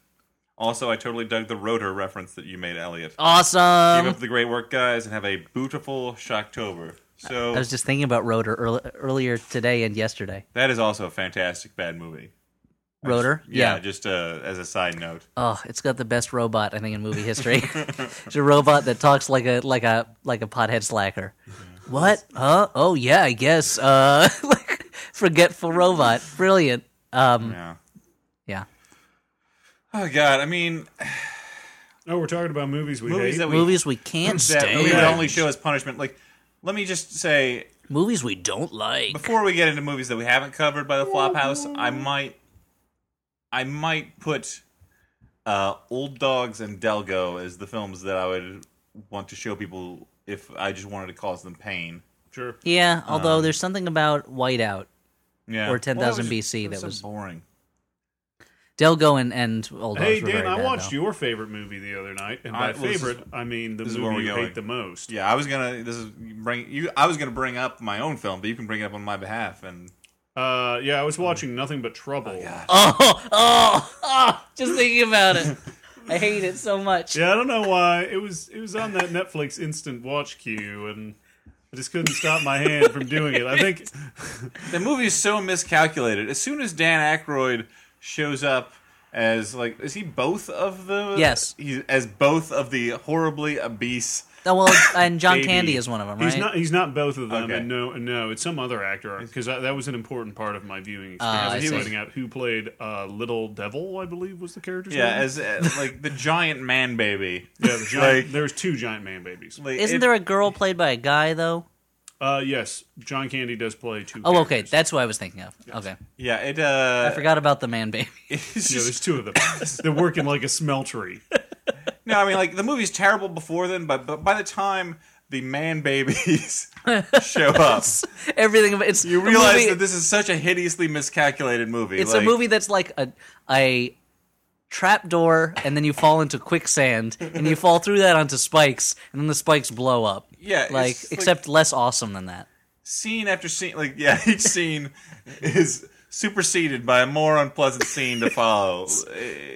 Also, I totally dug the rotor reference that you made, Elliot. Keep
Awesome.
up the great work, guys, and have a beautiful Shocktober. So
I was just thinking about Rotor earl- earlier today and yesterday.
that is also a fantastic bad movie.
Rotor.
Yeah, just uh, as a side note.
Oh, it's got the best robot I think in movie history. it's a robot that talks like a like a like a pothead slacker. What? Huh? Oh yeah, I guess. Uh, like forgetful robot. Brilliant. Um,
Yeah.
yeah.
Oh God, I mean,
Oh, we're talking about movies we
movies
hate.
that we
Movies we can't
that we
stand.
would only show as punishment. Like, let me just say
Movies we don't like.
before we get into movies that we haven't covered by the Flophouse, I might, I might put uh, Old Dogs and Delgo as the films that I would want to show people if I just wanted to cause them pain.
sure.
Yeah. Although there's something about Whiteout
Yeah,
or 10,000
Well, that was-
BC that
so
was
boring.
Delgo and and Old
Hey,
Dogs were
Dan,
very
I
bad,
watched
though.
your favorite movie the other night, and by
I- well, this is-
favorite, I mean the
this is where
movie
we're
you
going.
hate the most.
Yeah, I was gonna. This is you bring you. I was gonna bring up my own film, but you can bring it up on my behalf. And
Uh, yeah, I was watching Nothing But Trouble.
Oh, oh, oh, just thinking about it. I hate it so much.
Yeah, I don't know why it was. It was on that Netflix instant watch queue, and I just couldn't stop my hand from doing it. I think
the movie is so miscalculated. As soon as Dan Aykroyd shows up as like, is he both of the?
Yes.
he's as both of the horribly obese.
Oh, well, and John
Baby.
Candy is one of them, right?
he's not. He's not both of them.
Okay.
And no, and no, it's some other actor because that was an important part of my viewing
Ah, I
experience.
see.
finding out who played uh, Little Devil, I believe, was the character's
Yeah,
name.
as uh, like the giant man baby.
yeah, the giant,
like-
there's two giant man babies.
Like,
Isn't
it-
there a girl played by a guy though?
Uh, yes, John Candy does play two.
Oh, okay,
characters.
that's what I was thinking of. Okay,
Yeah, it. uh
I forgot about the man baby.
It's
Yeah,
just
there's two of them. They're working like a smeltery.
No, I mean like the movie's terrible before then, but but by the time the man babies show up,
Everything about it's
you realize that this is such a hideously miscalculated movie.
it's
Like,
a movie that's like a a trap door and then you fall into quicksand and you fall through that onto spikes and then the spikes blow up.
Yeah, it's
Like
like-
except less awesome than that.
Scene after scene, like yeah, each scene is superseded by a more unpleasant scene to follow.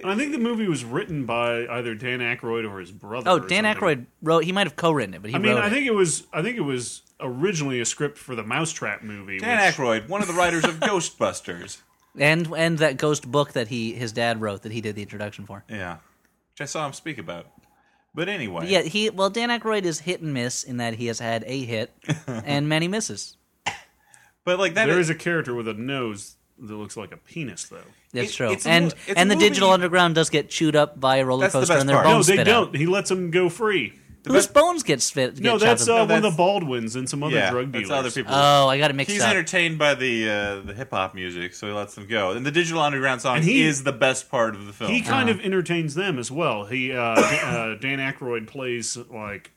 And I think the movie was written by either Dan Aykroyd or his brother.
Oh,
or
Dan
something.
Aykroyd wrote he might have co-written it, but he
I mean,
wrote
I
it.
think it was. I think it was originally a script for the Mousetrap movie.
Dan
which-
Aykroyd, one of the writers of Ghostbusters.
and and that ghost book that he his dad wrote that he did the introduction for.
Yeah, which I saw him speak about. But anyway,
Yeah, he well Dan Aykroyd is hit and miss in that he has had a hit and many misses.
but like that
There
is,
is a character with a nose that looks like a penis, though.
That's
It-
true.
it's a mo-
and
it's a
and the
movie-
digital underground does get chewed up by a roller
That's the
coaster
best
and their
part.
No,
bones
they
spit
don't.
out.
He lets them go free.
Whose
best-
bones get spit? Get
No, that's,
chopped
uh,
up?
one of
that's-
the Baldwins and some other
yeah,
drug dealers.
that's other people.
oh, I got it mixed
He's
up.
entertained by the uh, the hip hop music, so he lets them go. And the digital underground song
And he-
is the best part of the film.
He
Uh-huh.
kind of entertains them as well. He uh, uh, Dan Aykroyd plays like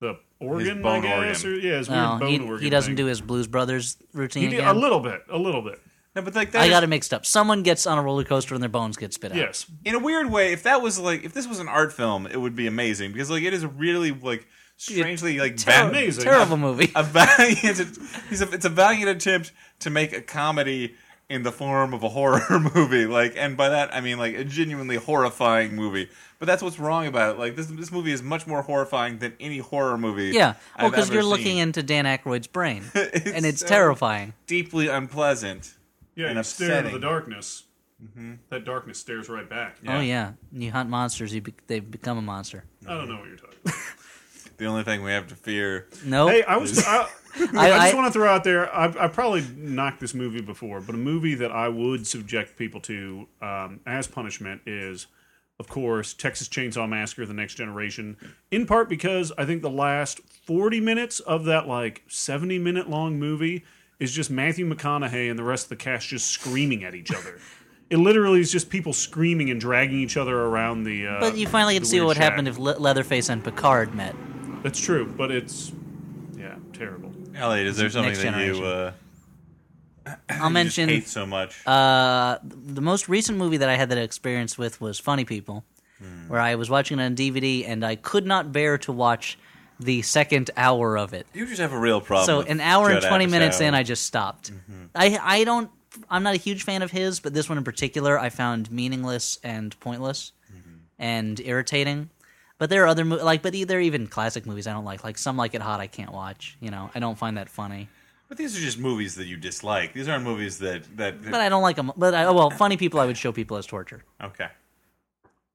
the organ,
bone
I guess,
organ.
or- yeah, his weird
No,
bone
he,
organ.
he doesn't
thing.
do his Blues Brothers routine.
He did- a
again.
little bit, a little bit.
no, but like that
I
is-
got it mixed up. Someone gets on a roller coaster and their bones get spit out.
Yes,
in a weird way, if that was like if this was an art film, it would be amazing because like it is really like strangely like
Ter-
va-
amazing.
Terrible movie.
a valiant it's a, it's a valiant attempt to make a comedy in the form of a horror movie like and by that i mean like a genuinely horrifying movie but that's what's wrong about it like this this movie is much more horrifying than any horror movie
yeah. Well,
I've
because
ever
you're
seen.
looking into Dan Aykroyd's brain, and it's
so-
terrifying.
deeply unpleasant
yeah,
And
you stare into
upsetting.
the darkness. That darkness stares right back.
Yeah.
Oh yeah, you hunt monsters, you be- they become a monster.
I don't know what you're talking. about.
the only thing we have to fear
No,
Hey, I was. I, I,
I-
just want to throw out there. I, I probably knocked this movie before, but a movie that I would subject people to um, as punishment is, of course, Texas Chainsaw Massacre: The Next Generation. In part because I think the last forty minutes of that like seventy minute long movie is just Matthew McConaughey and the rest of the cast just screaming at each other. It literally is just people screaming and dragging each other around the. Uh,
but you finally get
the
to see
weird
what
shack.
happened if Le- Leatherface and Picard met.
That's true, but it's yeah, terrible.
elliot is there something
Next
that you
generation.
uh
I'll
you just
mention
hate so much
Uh, the most recent movie that I had that experience with was Funny People, where I was watching it on DVD and I could not bear to watch the second hour of it.
you just have a real problem
So
with
an hour and
Judd
twenty
Apatow.
minutes in, I just stopped. I I don't. I'm not a huge fan of his, but this one in particular, I found meaningless and pointless and irritating. But there are other mo- like, but they're even classic movies I don't like. Like some like it hot, I can't watch. You know, I don't find that funny.
but these are just movies that you dislike these aren't movies that that, that
But I don't like them. But I, oh well, funny people I would show people as torture.
okay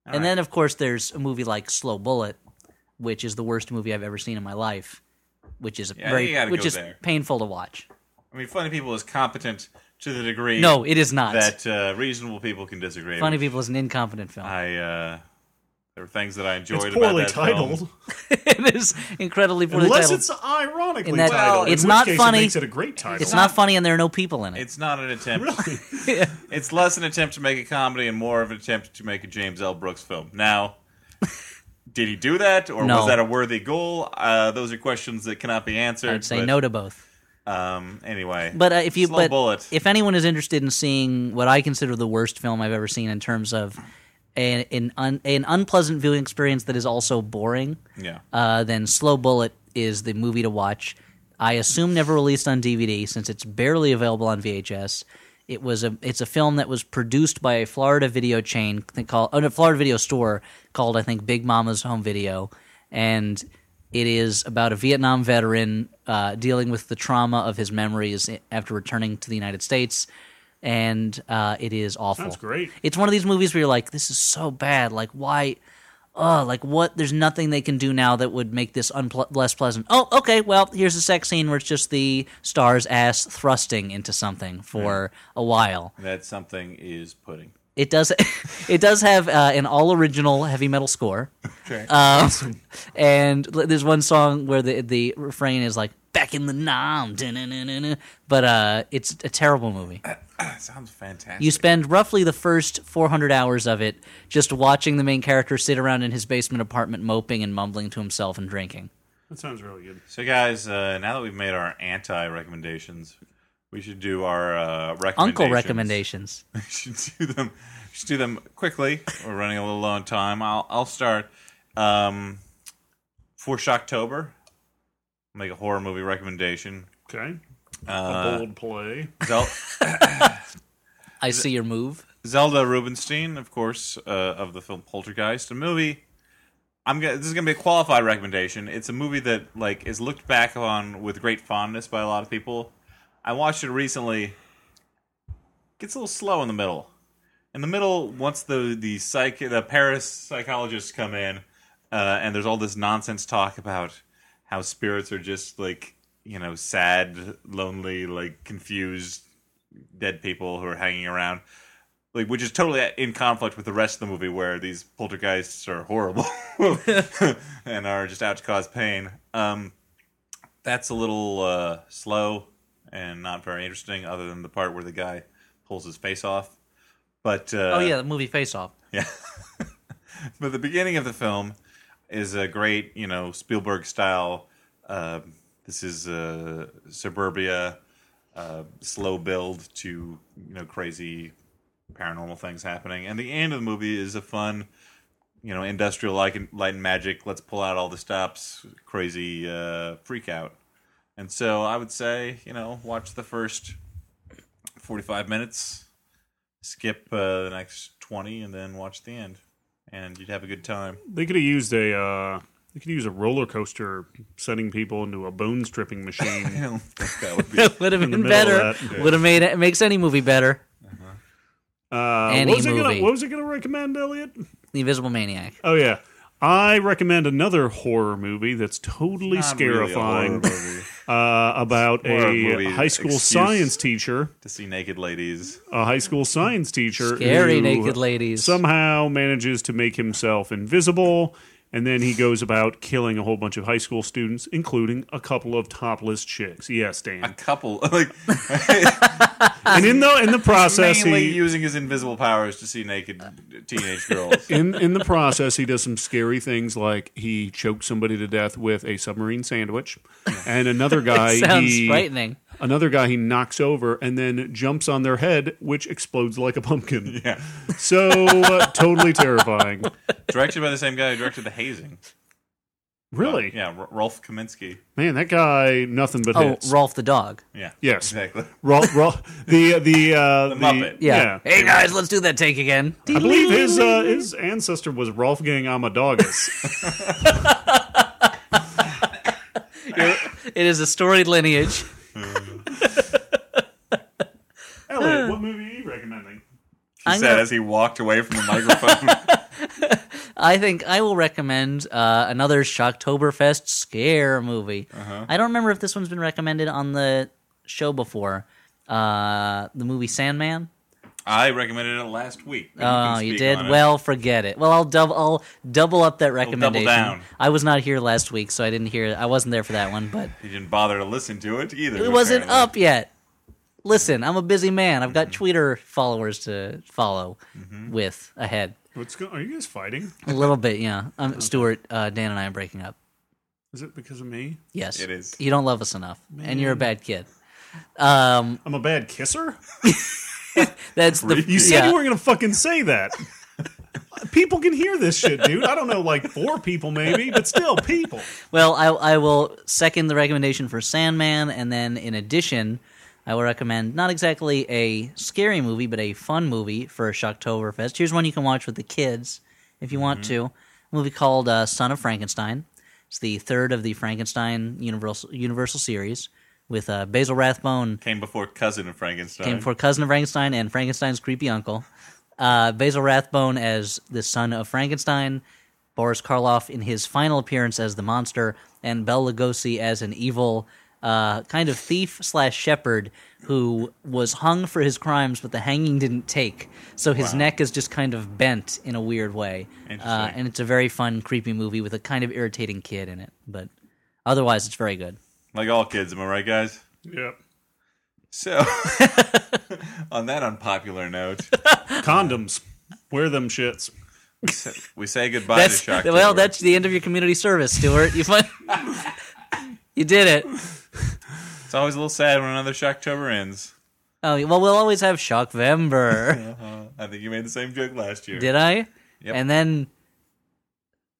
and then of course there's a movie like Slow Bullet, which is the worst movie I've ever seen in my life, which is
Yeah,
very
you gotta
which
go
is
there.
painful to watch.
I mean, funny people is competent to the degree
No, it is not.
that uh, reasonable people can disagree.
Funny
with.
People is an incompetent film.
I uh, there were things that I enjoyed.
It's
about
poorly
that
titled.
film.
it is incredibly poorly
Unless
titled.
it's ironically
And that-
titled.
it's
in
not
which case
funny.
It makes it a great title.
It's not funny, and there are no people in it.
It's not an attempt. It's less an attempt to make a comedy and more of an attempt to make a James L. Brooks film. Now, did he do that, or
No.
was that a worthy goal? Uh, those are questions that cannot be answered.
I'd say
but,
no to both.
Um, anyway,
But uh, if you
Slow
but
bullet.
if anyone is interested in seeing what I consider the worst film I've ever seen in terms of an an, un, an unpleasant viewing experience that is also boring,
yeah,
uh, then Slow Bullet is the movie to watch. I assume never released on DVD since it's barely available on VHS. It was a it's a film that was produced by a Florida video chain th- called oh, no, Florida video store called I think Big Mama's Home Video, and it is about a Vietnam veteran uh, dealing with the trauma of his memories i- after returning to the United States, and uh, it is awful.
Sounds great.
It's one of these movies where you're like, this is so bad. Like, why? Oh, like what? There's nothing they can do now that would make this unple- less pleasant. Oh, okay. Well, here's a sex scene where it's just the star's ass thrusting into something for a while.
that something is pudding.
It does. it does have uh, an all original heavy metal score.
Okay.
Uh, Um, and l- there's one song where the the refrain is like back in the nom. dun-dun-dun-dun-dun. But uh, it's a terrible movie.
That sounds fantastic.
You spend roughly the first 400 hours of it just watching the main character sit around in his basement apartment moping and mumbling to himself and drinking.
That sounds really good.
so, guys, uh, now that we've made our anti recommendations, we should do our uh, recommendations.
Uncle recommendations.
We should do them. We should do them quickly. We're running a little low on time. I'll I'll start. Um, for Shocktober, make a horror movie recommendation.
Okay.
Uh,
a bold play.
Zel-
I see your
Uh,
move.
Zelda Rubinstein, of course, uh, of the film Poltergeist, a movie. I'm gonna, this is going to be a qualified recommendation. It's a movie that like is looked back on with great fondness by a lot of people. I watched it recently. Gets a little slow in the middle. In the middle, once the the psych the Paris psychologists come in, uh, and there's all this nonsense talk about how spirits are just like you know sad, lonely, like confused dead people who are hanging around like which is totally in conflict with the rest of the movie where these poltergeists are horrible and are just out to cause pain um that's a little uh slow and not very interesting other than the part where the guy pulls his face off but uh
oh, yeah, the movie Face Off.
yeah. but the beginning of the film is a great, you know, Spielberg style. Uh, this is uh, suburbia, uh, slow build to you know crazy paranormal things happening, and the end of the movie is a fun, you know, industrial light and, light and magic. Let's pull out all the stops, crazy uh, freak out. And so I would say, you know, watch the first forty-five minutes skip uh, the next 20 and then watch the end and you'd have a good time
They could have used a. Uh, they could use a roller coaster, setting people into a bone stripping
i
machine.
don't think that would be
It would have
In the
been
middle
better.
of that, yeah.
Would have made it makes any movie better.
Uh,
Any
what was I gonna-
movie.
What was I going to recommend, Elliot?
The Invisible Maniac.
Oh yeah, I recommend another horror movie that's totally
Not really a horror
scarifying
movie.
uh, about
Horror
a
movie
high school
excuse.
science teacher.
to see naked ladies
A high school science teacher,
Scary
who
naked ladies.
somehow manages to make himself invisible, and then he goes about killing a whole bunch of high school students, including a couple of topless chicks. Yes,
a
Dan.
couple like
And in the in the process,
mainly
he
using his invisible powers to see naked teenage girls
in in the process, he does some scary things like he chokes somebody to death with a submarine sandwich, and another guy
Sounds
he,
frightening.
Another guy he knocks over and then jumps on their head, which explodes like a pumpkin.
yeah
So uh, totally terrifying.
directed by the same guy who directed the hazing
Really,
yeah R- rolf kaminsky
man, that guy nothing but
Oh,
hits.
Rolf the dog.
yeah
Yes.
exactly
Ro- Ro- the the uh, the,
Muppet.
Yeah. Hey guys, let's do that take again.
I believe his uh, his ancestor was Rolfgang Amadeus.
It is a storied lineage.
Elliot, what movie are you recommending?
he
I'm
said
gonna-
as he walked away from the microphone
I think I will recommend uh, another Shocktoberfest scare movie.
Uh-huh.
I don't remember if this one's been recommended on the show before. Uh, the movie Sandman.
i recommended it last week but
Oh,
couldn't
you
speak
did.
on it.
Well, forget it. Well, I'll double. I'll double up that recommendation.
down.
I was not here last week, so I didn't hear. I wasn't there for that one, but
he didn't bother to listen to it either
it wasn't
apparently. Mm-hmm.
up yet. Listen, I'm a busy man. I've got Twitter followers to follow with ahead.
What's go- are you guys fighting?
A little bit, yeah. Um, Stuart, uh, Dan, and I are breaking up.
Is it because of me?
Yes,
It is.
You don't love us enough, and you're a bad kid. Um,
I'm a bad kisser.
that's the
Creepy.
You said
yeah.
you weren't going to fucking say that. people can hear this shit, dude. I don't know, like four people maybe, but still people.
Well, I, I will second the recommendation for Sandman, and then in addition, I will recommend not exactly a scary movie, but a fun movie for Shocktoberfest. Here's one you can watch with the kids if you want to. A movie called uh, Son of Frankenstein. It's the third of the Frankenstein Universal Universal series with uh, Basil Rathbone
came before cousin of frankenstein
came for cousin of Frankenstein and Frankenstein's creepy uncle. Uh, Basil Rathbone as the son of Frankenstein, Boris Karloff in his final appearance as the monster, and Bela Lugosi as an evil uh, kind of thief slash shepherd who was hung for his crimes, but the hanging didn't take. So his neck is just kind of bent in a weird way. Uh,
Interesting.
and it's a very fun, creepy movie with a kind of irritating kid in it. But otherwise, it's very good.
Like all kids, am I right, guys?
Yep.
So, on that unpopular note,
Condoms. Wear them shits.
we say goodbye
That's
to Shock.
well,
Taylor.
that's the end of your community service, Stuart. You fin- you did it.
it's always a little sad when another Shocktober ends.
Oh well, we'll always have Shockvember.
Uh-huh. I think you made the same joke last year.
did I?
Yep.
And then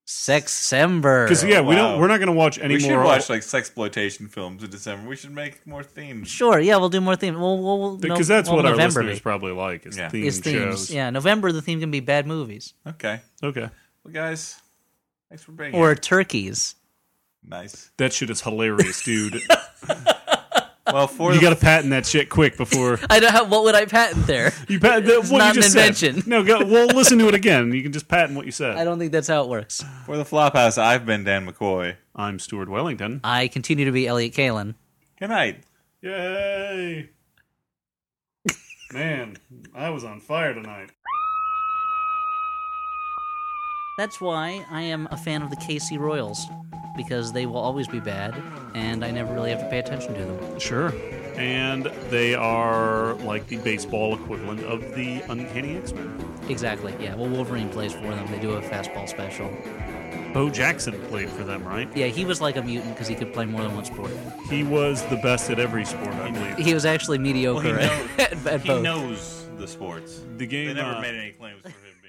Sexember.
Because yeah, we don't.
Oh, wow.
We're not going to watch any
we should
more.
watch like sexploitation films in December. We should make more themes.
Sure, yeah, we'll do more themes. We'll, we'll, we'll- no-
because that's
we'll
what our
November
listeners
be.
probably like is
Yeah.
theme
is themes.
shows.
Yeah, November the theme can be bad movies
Okay.
Okay,
Well, guys, thanks for being
or
here.
turkeys.
Nice.
that shit is hilarious, dude.
Well, for
you
the,
got to patent that shit quick before
I don't have. What would I patent there?
you patent that, what
not
you
an
just
invention.
said. No, go. Well, listen to it again. You can just patent what you said.
I don't think that's how it works.
for the Flophouse, I've been Dan McCoy.
I'm Stuart Wellington.
I continue to be Elliot Kalin.
Good night.
Yay! Man, I was on fire tonight.
That's why I am a fan of the KC Royals because they will always be bad, and I never really have to pay attention to them.
Sure. And they are like the baseball equivalent of the Uncanny X Men.
Exactly. Yeah. Well, Wolverine plays for them. They do a fastball special.
Bo Jackson played for them, right?
Yeah, he was like a mutant because he could play more than one sport.
He was the best at every sport, I believe.
He was actually mediocre
Well, he
at, at
knows, he
both.
knows the sports.
The game.
They never
uh,
made any claims for him.